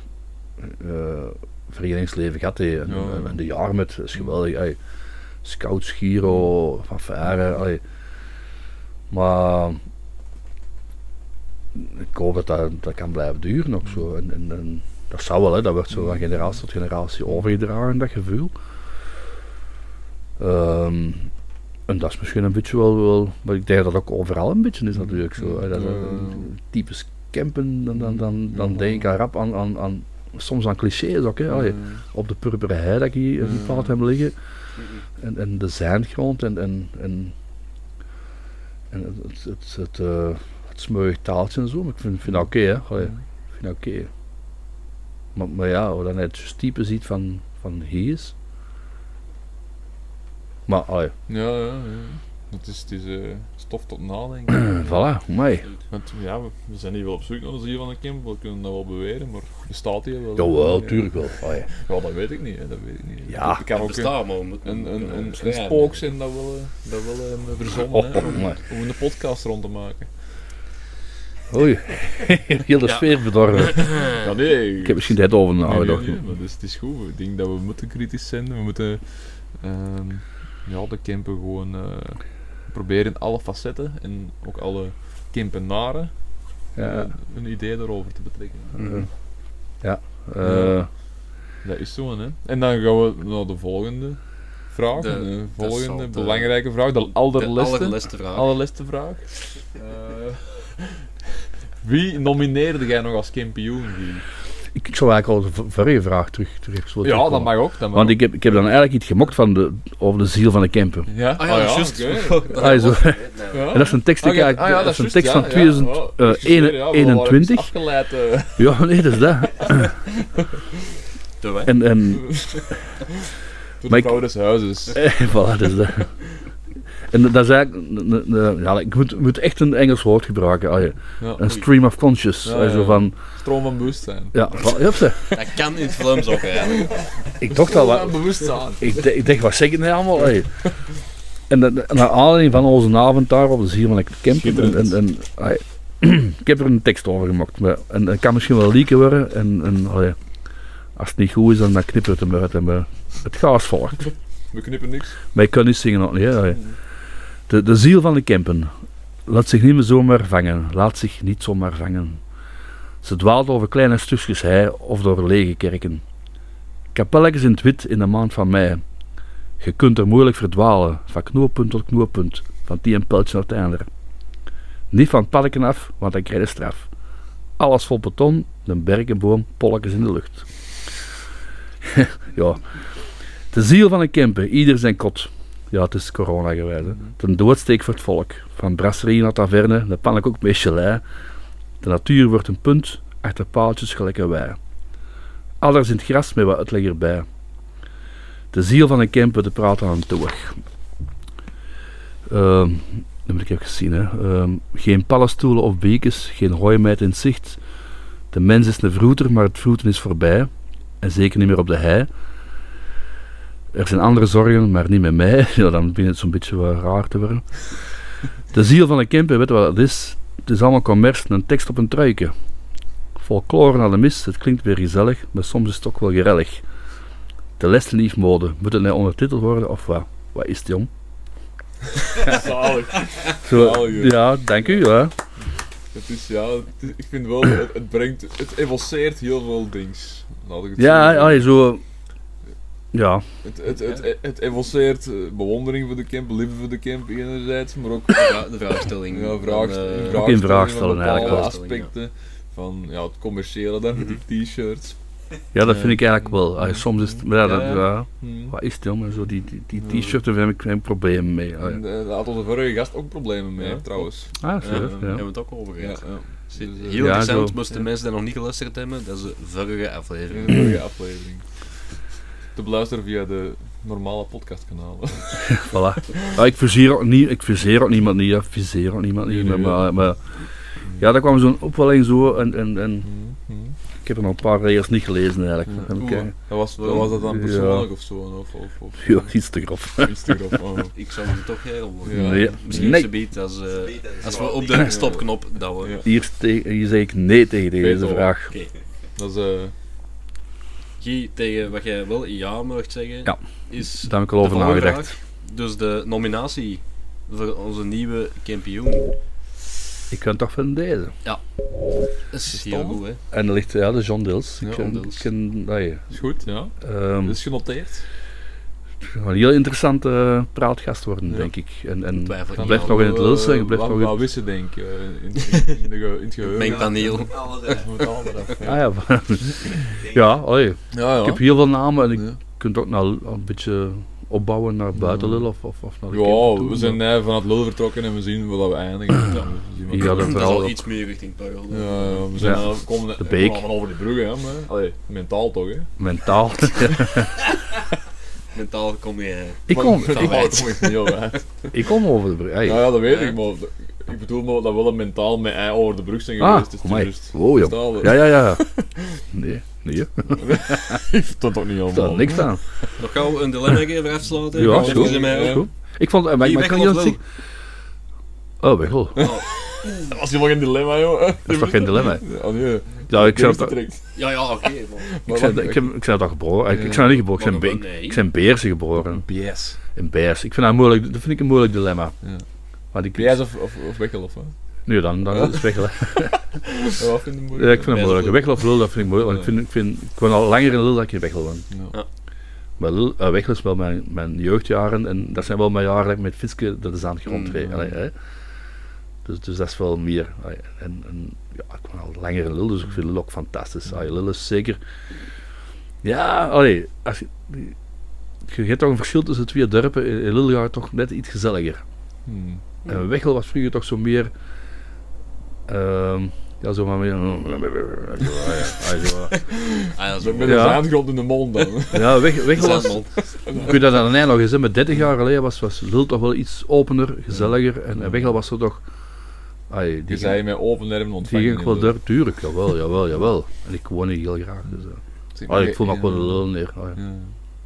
S3: eh verenigingsleven gehad. hè. En, eh,
S1: Ja.
S3: en- en de jaar met is geweldig. allee. Scouts, Giro, Van Varen, allee. Maar ik hoop dat dat, dat kan blijven duren ook zo. En, en, en dat zou wel, hè. dat wordt zo van generatie tot generatie overgedragen, dat gevoel. Ehm, en dat is misschien een beetje wel, wel, maar ik denk dat dat ook overal een beetje is natuurlijk zo. hè. Dat, dat, typisch campen, dan, dan, dan, dan denk ik al rap aan, aan, aan, soms aan clichés ook. Hè. Allee,
S1: Mm.
S3: op de purperen hei dat ik hier in die plaat heb liggen. En, en de zandgrond en, en, en, en het, het, het, het, eh, het smeuig taaltje en zo. Maar ik vind, vind dat oké, hè. Allee, ik vind dat oké. Maar, maar ja, hoe dan het juist type ziet van, van Hees. Maar, allee,
S1: Ja, ja, ja. Het is, het is eh, stof tot nadenken.
S3: voilà, mij.
S1: Want ja, we, we zijn hier wel op zoek naar de ziel van de Kempen. We kunnen dat wel beweren, maar bestaat die wel? eh,
S3: Jawel, tuurlijk wel. Allee.
S1: Ja, dat weet ik niet. Hè. Dat weet ik niet.
S3: Ja.
S1: Het kan
S2: Het
S1: ook een,
S2: bestaat, maar we moeten...
S1: een, een, een, een
S2: Ja,
S1: spook zijn dat we, eh, dat we eh, verzonnen
S3: Oh,
S1: hè, om,
S3: mooi.
S1: om een podcast rond te maken.
S3: Oei, heel de sfeer bedorven.
S1: Ja, nee.
S3: Ik heb misschien dit over nagedacht.
S1: Nee, nee, nee, maar dat is, het is goed. Ik denk dat we moeten kritisch zijn. We moeten ehm, ja, de campen gewoon eh, proberen in alle facetten en ook alle campenaren
S3: Ja,
S1: eh, een idee daarover te betrekken.
S3: eh,
S1: Dat is zo, hè. En dan gaan we naar de volgende vraag.
S2: De-
S1: De,
S2: dat is
S1: volgende
S2: altijd-
S1: belangrijke vraag. De
S2: De
S1: allerlaatste
S2: allerleste vraag.
S1: allerlaatste vraag. Eh, wie nomineerde jij nog als kampioen? Guy?
S3: ik, ik zou eigenlijk al de v- vorige vraag terug, terug zo
S1: Ja, dat
S3: terugkomen.
S1: mag ook. Dat mag
S3: Want
S1: ook.
S3: ik heb, ik heb dan eigenlijk iets gemokt van de, over de ziel van de camper.
S1: Ja?
S2: Ah ja,
S1: Ah, ja,
S2: juist.
S1: oké.
S3: Ah, is dat-
S1: Ja.
S3: En dat is een tekst, die ik
S1: Ah, ja,
S3: eigenlijk-
S1: ah, ja,
S3: dat is een
S1: juist,
S3: tekst
S1: ja,
S3: van eh, 2000.
S1: ja, oh, excuseer, ja, we waren
S3: 21.
S1: Afgeleid, eh.
S3: Ja, nee, dat is dat.
S2: De wij.
S3: En, en,
S1: Door de
S3: Maar
S1: dus,
S3: ik-
S1: vrouw des huizes.
S3: eh, voilà, dat is dat. En dat is eigenlijk... een- een- een- ja, ik moet, moet echt een Engels woord gebruiken. ah, ja.
S1: Ja.
S3: Een stream of conscious.
S1: Ja,
S3: ah,
S1: ja.
S3: Zo van...
S1: Stroom van bewustzijn.
S3: Ja, van- ja, ze.
S2: Dat kan in het Vlaams ook eigenlijk.
S3: ik dacht al wat...
S1: bewustzijn.
S3: Ik, d- ik denk, wat zeg ik nou allemaal? Hey. En dat, naar aanleiding van onze avond daar op de Zier van Campen. En, en, en, ai, ik heb er een tekst over gemaakt. Maar, en dat kan misschien wel leaken worden. En, en, allee, als het niet goed is, dan dan knippen we het hem uit. En we Het gaasvolk.
S1: We knippen niks.
S3: Wij kunnen niet zingen. nee, hè. De, de ziel van de Kempen laat zich niet meer zomaar vangen. Laat zich niet zomaar vangen. Ze dwaalt over kleine stukjes hei of door lege kerken. Kapelletjes in het wit in de maand van mei. Je kunt er moeilijk verdwalen, van knooppunt tot knooppunt, van die en pijltje naar het einde. Niet van parken af, want dan krijg je straf. Alles vol beton, de berkenboom, polletjes in de lucht. ja. De ziel van een Kempen, ieder zijn kot. Ja, het is corona geweest. Hè. Ten doodsteek voor het volk. Van brasserie naar taverne, de pannenkoek Michelin. De natuur wordt een punt, achter paaltjes gelijk een wij. Alles in het gras met wat uitleg erbij. De ziel van een Kempen te praten aan het toeg. Ehm, dat heb ik even gezien. Hè. Ehm, geen pallenstoelen of bekes, geen hooimeid in zicht. De mens is een vroeter, maar het vroeten is voorbij. En zeker niet meer op de hei. Er zijn andere zorgen, maar niet met mij. Ja, dan begint het zo'n beetje wat raar te worden. De ziel van een Kempen, weet je wat dat is? Het is allemaal commerce, een tekst op een truiken. Folklore naar de mis, het klinkt weer gezellig, maar soms is het ook wel gerellig. De lesliefmode, moet het nou ondertiteld worden of wat? Wat is het, jong?
S1: Zalig.
S3: Zo,
S1: Zalig, joh.
S3: ja, dank u, ja.
S1: Het is, ja, het is- ik vind wel, het, het brengt, het evoceert heel veel dings. Laat ik het
S3: Ja,
S1: zo
S3: ja, zo... Ja,
S1: Het, het, het, het evoceert eh, bewondering voor de camp, liefde voor de camp enerzijds, maar ook
S2: Vra- de vraagstelling.
S1: ja,
S2: van,
S1: vraag,
S2: eh,
S1: in
S3: Ook in vraag
S1: van
S3: stellen eigenlijk
S1: bepaalde
S2: wel.
S1: aspecten van ja, het commerciële dan, met die t-shirts.
S3: ja, dat vind
S1: Eh,
S3: ik eigenlijk wel. Ah, soms is het... Maar ja, dat,
S1: ja.
S3: ja.
S1: Hm.
S3: Wat is het, jong? Maar Zo, die, die, die t-shirt, daar heb ik geen probleem mee. Ah,
S1: En,
S3: ja.
S1: eh, daar had onze vorige gast ook problemen mee, hè, trouwens.
S3: Ah,
S2: Ja, daar
S3: serieus,
S2: hebben
S3: ja.
S2: we het ook over
S1: Ja,
S2: gehad.
S1: ja.
S2: Zit-
S1: Dus, eh,
S2: Heel
S3: Ja,
S2: interessant,
S3: zo.
S2: moesten mensen dat nog niet geluisterd hebben, dat is de vorige aflevering.
S1: in de vorige aflevering. Te beluisteren via de normale podcastkanalen.
S3: Voilà. Ja, ik viseer ook, niet, ik viseer ook niemand niet, ik viseer ook niemand niet.
S1: Nee, nee,
S3: maar,
S1: ja.
S3: maar, ja, daar kwam zo'n opwelling zo en, en, en
S1: Hm, hm.
S3: ik heb er nog een paar regels niet gelezen eigenlijk.
S1: Oeh,
S3: Oké.
S1: dat was, dat was dat dan
S3: Ja.
S1: persoonlijk of zo? Of, of, of
S3: Ja, iets te grof.
S1: iets te grof. Oh.
S2: Ik zou er toch heel worden.
S1: Ja.
S3: Nee.
S2: Misschien
S3: Nee.
S2: nee. als, eh, als we
S5: wel
S2: op
S5: niet.
S2: de stopknop dat we...
S1: Ja.
S3: Hier, te- hier zeg ik nee tegen deze
S1: Veto.
S3: vraag.
S2: Oké,
S1: Dat is eh,
S2: Guy, tegen wat jij wel ja mag zeggen,
S3: Ja.
S2: is
S3: Daar heb ik al over
S2: de volgende
S3: nagedacht.
S2: vraag. Dus de nominatie voor onze nieuwe kampioen.
S3: Ik kan toch van deze.
S2: Dat is heel
S1: Stom.
S2: goed, hè?
S3: En er ligt ja, de John Dills.
S1: Ja,
S3: Ik
S1: Dus-
S3: ken,
S2: Dills.
S3: ik ken, nee,
S1: is goed, ja.
S3: ehm,
S1: Dat is genoteerd.
S3: een heel interessante eh, praatgast worden,
S1: Ja.
S3: denk ik. En, en
S2: Twijfel ik
S3: je
S2: niet
S3: blijft
S2: aan.
S3: nog in het lulsen, je blijft
S1: Eh, Wat-
S3: nog in
S1: Wat wissen, denk ik. eh, In, in, in de ge- in het geheugen.
S2: Mengpaneel.
S3: Ah ja, ja oei.
S1: Ja, ja.
S3: ik heb heel veel namen en ik
S1: Ja.
S3: kunt ook naar, een beetje opbouwen naar buiten lullen of, of, of naar de camper
S1: Ja,
S3: toe.
S1: we zijn eh, van het lul vertrokken en we zien waar we eindigen. Ja, we zien wat-
S3: Ja, dat-
S2: Dat is
S3: Vooral
S2: al
S3: dat-
S2: iets meer richting Parel.
S1: Ja, ja, we zijn
S3: Ja.
S1: eh, we komen,
S3: De
S1: we
S3: beek.
S1: komen over de bruggen, hè, maar allee, mentaal toch, hè?
S3: Mentaal.
S2: Mentaal kom je...
S3: ik,
S1: Maar-
S3: kom,
S1: Ja,
S3: ik,
S1: daar kom ik niet over uit.
S3: ik kom over de brug. Hey. Ah,
S1: Ja, ja, dat weet ik, maar dat- ik bedoel maar dat we wel mentaal met ei over de brug zijn
S3: Ah,
S1: geweest. dus
S3: kom maar.
S1: juist-
S3: Wow, joh.
S1: verstaan we?
S3: Ja, ja, ja. Nee, nee.
S1: Ik vertel het toch niet
S3: Daar
S1: allemaal.
S3: staat niks aan.
S2: Nog gauw een dilemma even afsluiten.
S3: Ja,
S2: Even
S3: zo.
S2: ze mij-
S3: Is goed. Ik vond... eh, Maar,
S2: Guy,
S3: maar ik kan
S2: Wegel of
S3: niet aan het zien- Oh, Wegel.
S1: Dat was helemaal geen dilemma, joh.
S3: Dat is toch geen dilemma?
S1: Oh nee,
S3: Ja, ik
S1: ik zou
S3: zou...
S1: het
S3: Ik
S1: direct.
S2: Ja, ja, oké. maar-
S3: zou ik heb- ik zou dat geboren. Ik, ik zou niet geboren. Ik
S2: Maar
S3: ben,
S2: dan- nee.
S3: ik ben Beersen geboren.
S1: BS.
S3: In Beers. Ik vind dat, moeilijk, dat vind ik een moeilijk dilemma.
S1: Ja.
S3: Want ik,
S1: BS of, of, of wekkel of wat?
S3: Nu dan, dan is het Wegel. hè.
S1: Ja, wat vind je moeilijk?
S3: Ja, ik
S2: Best
S3: vind het moeilijk.
S2: leuk.
S3: Wegel of lul, dat vind ik moeilijk. Want ik, vind, ik, vind, ik woon al langer in lul dan ik in Wegel woon.
S1: Ja.
S2: Ja.
S3: Maar lul, eh, Wegel is wel mijn, mijn jeugdjaren. En dat zijn wel mijn jaren dat ik met Fiske dat is aan het grond reed.
S1: Mm.
S3: Allee, hè. Dus, dus dat is wel meer. allee, en, en, ja, ik woon al langer in lul, dus ik vind lul ook fantastisch. Allee, lul is zeker... Ja, allee, als je, je hebt toch een verschil tussen de twee dorpen. In in lul gaat het toch net iets gezelliger.
S1: Hmm.
S3: En Wechel Eh, was vroeger toch zo meer. ehm, ja, zo maar meer. Ja, zo.
S2: Ah, dat is
S1: Zo
S2: ook
S1: met
S3: Ja.
S1: een zaangrond in de mond dan.
S3: Ja, Wech- Wechel was.
S2: Zaanmond.
S3: Ik weet dat aan het eind nog eens, hè, maar 30 jaar geleden was, was Lul toch wel iets opener, gezelliger. En, en Wechel was zo toch. Ai,
S1: Je
S3: die
S1: zei mij open armen
S3: die
S1: ontvangen.
S3: ging ik wel
S1: in
S3: daar, tuurlijk, jawel, jawel, jawel. En ik woon hier heel graag. Dus, eh.
S1: de-
S3: Ah, ik voel me
S1: Ja.
S3: ook wel de lul neer. Ah ja,
S1: Ja.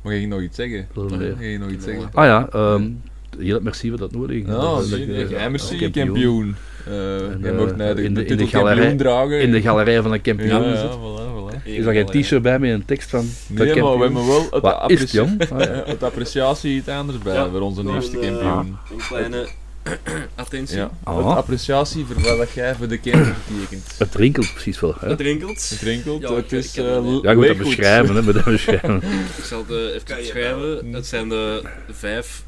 S1: Maar je ging nog iets zeggen.
S3: lul neer.
S1: Je ging nog iets zeggen.
S3: Ah, ja ehm, heel het merci voor dat nodig.
S1: Oh, Ja,
S3: Dat- dat-
S1: zie
S3: dat-
S1: je. Jij
S3: dat-
S1: merci,
S3: dat-
S1: kampioen. Eh,
S3: En,
S1: Jij
S3: eh,
S1: mocht naar de
S3: in de-
S1: de
S3: in de
S1: titel kampioen
S3: galerij-
S1: dragen.
S3: In de galerij van een
S1: Ja,
S3: kampioen.
S1: ja, voilà, voilà.
S3: Is er geen
S2: eh,
S3: t-shirt bij met een tekst van...
S1: Nee,
S3: de
S1: maar we
S3: kampioen?
S1: hebben wel het
S3: Wat is het,
S1: appreciatie,
S3: jong? Ah, ja.
S1: het appreciatie iets anders bij
S2: Ja,
S1: voor onze
S2: gewoon,
S1: nieuwste
S2: eh,
S1: kampioen.
S2: Een kleine attentie.
S1: Ja.
S3: Ah.
S1: Het appreciatie voor wat dat jij voor de kinderen betekent.
S3: Het rinkelt precies wel. Hè?
S2: Het rinkelt.
S1: Het rinkelt,
S2: Ja,
S1: het
S2: ik-
S1: is...
S2: ik heb
S1: eh,
S2: dat, ja.
S3: Ja, goed, dat
S1: leeggoed.
S3: beschrijven, hè, maar dat beschrijven.
S2: Ik zal het eh, even schrijven. Het zijn de vijf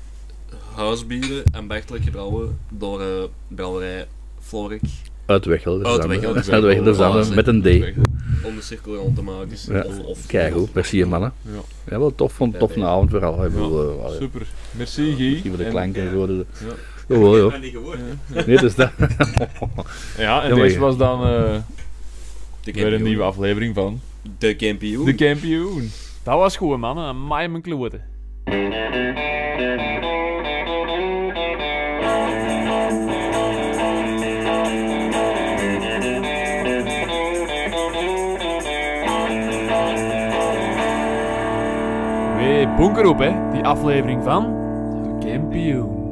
S2: huisbieren ambachtelijk gebrouwen door eh, brouwerij Florik
S3: Uit Wechel. dat is
S2: Uit
S3: dan,
S2: Wechel,
S3: hè.
S2: dat is
S3: Uit Wechel, dat is dan,
S2: Wechel.
S3: hè, met een D.
S2: om de cirkel rond te maken.
S3: Ja.
S2: Of, of,
S3: Keigoed, merci hè, mannen.
S1: Ja.
S3: Ja, wel tof, vond, tof een avond vooral. hè. Ik bedoel, eh, allee,
S1: Super. Merci, Guy.
S3: Misschien voor de
S1: En-
S3: klanken geworden.
S1: Ja.
S3: Ja. wel,
S5: Ik
S3: ja.
S5: ben niet gehoord.
S3: Nee, het is dat.
S1: Ja, en
S3: Ja, maar
S1: deze
S3: je-
S1: was dan eh,
S2: De
S1: weer een nieuwe
S2: kampioen.
S1: aflevering van
S2: De kampioen.
S1: De Kampioen.
S6: Dat was goed, mannen. Een maai mijn kloten. Weer bunker op, hè. Die aflevering van... De Kampioen.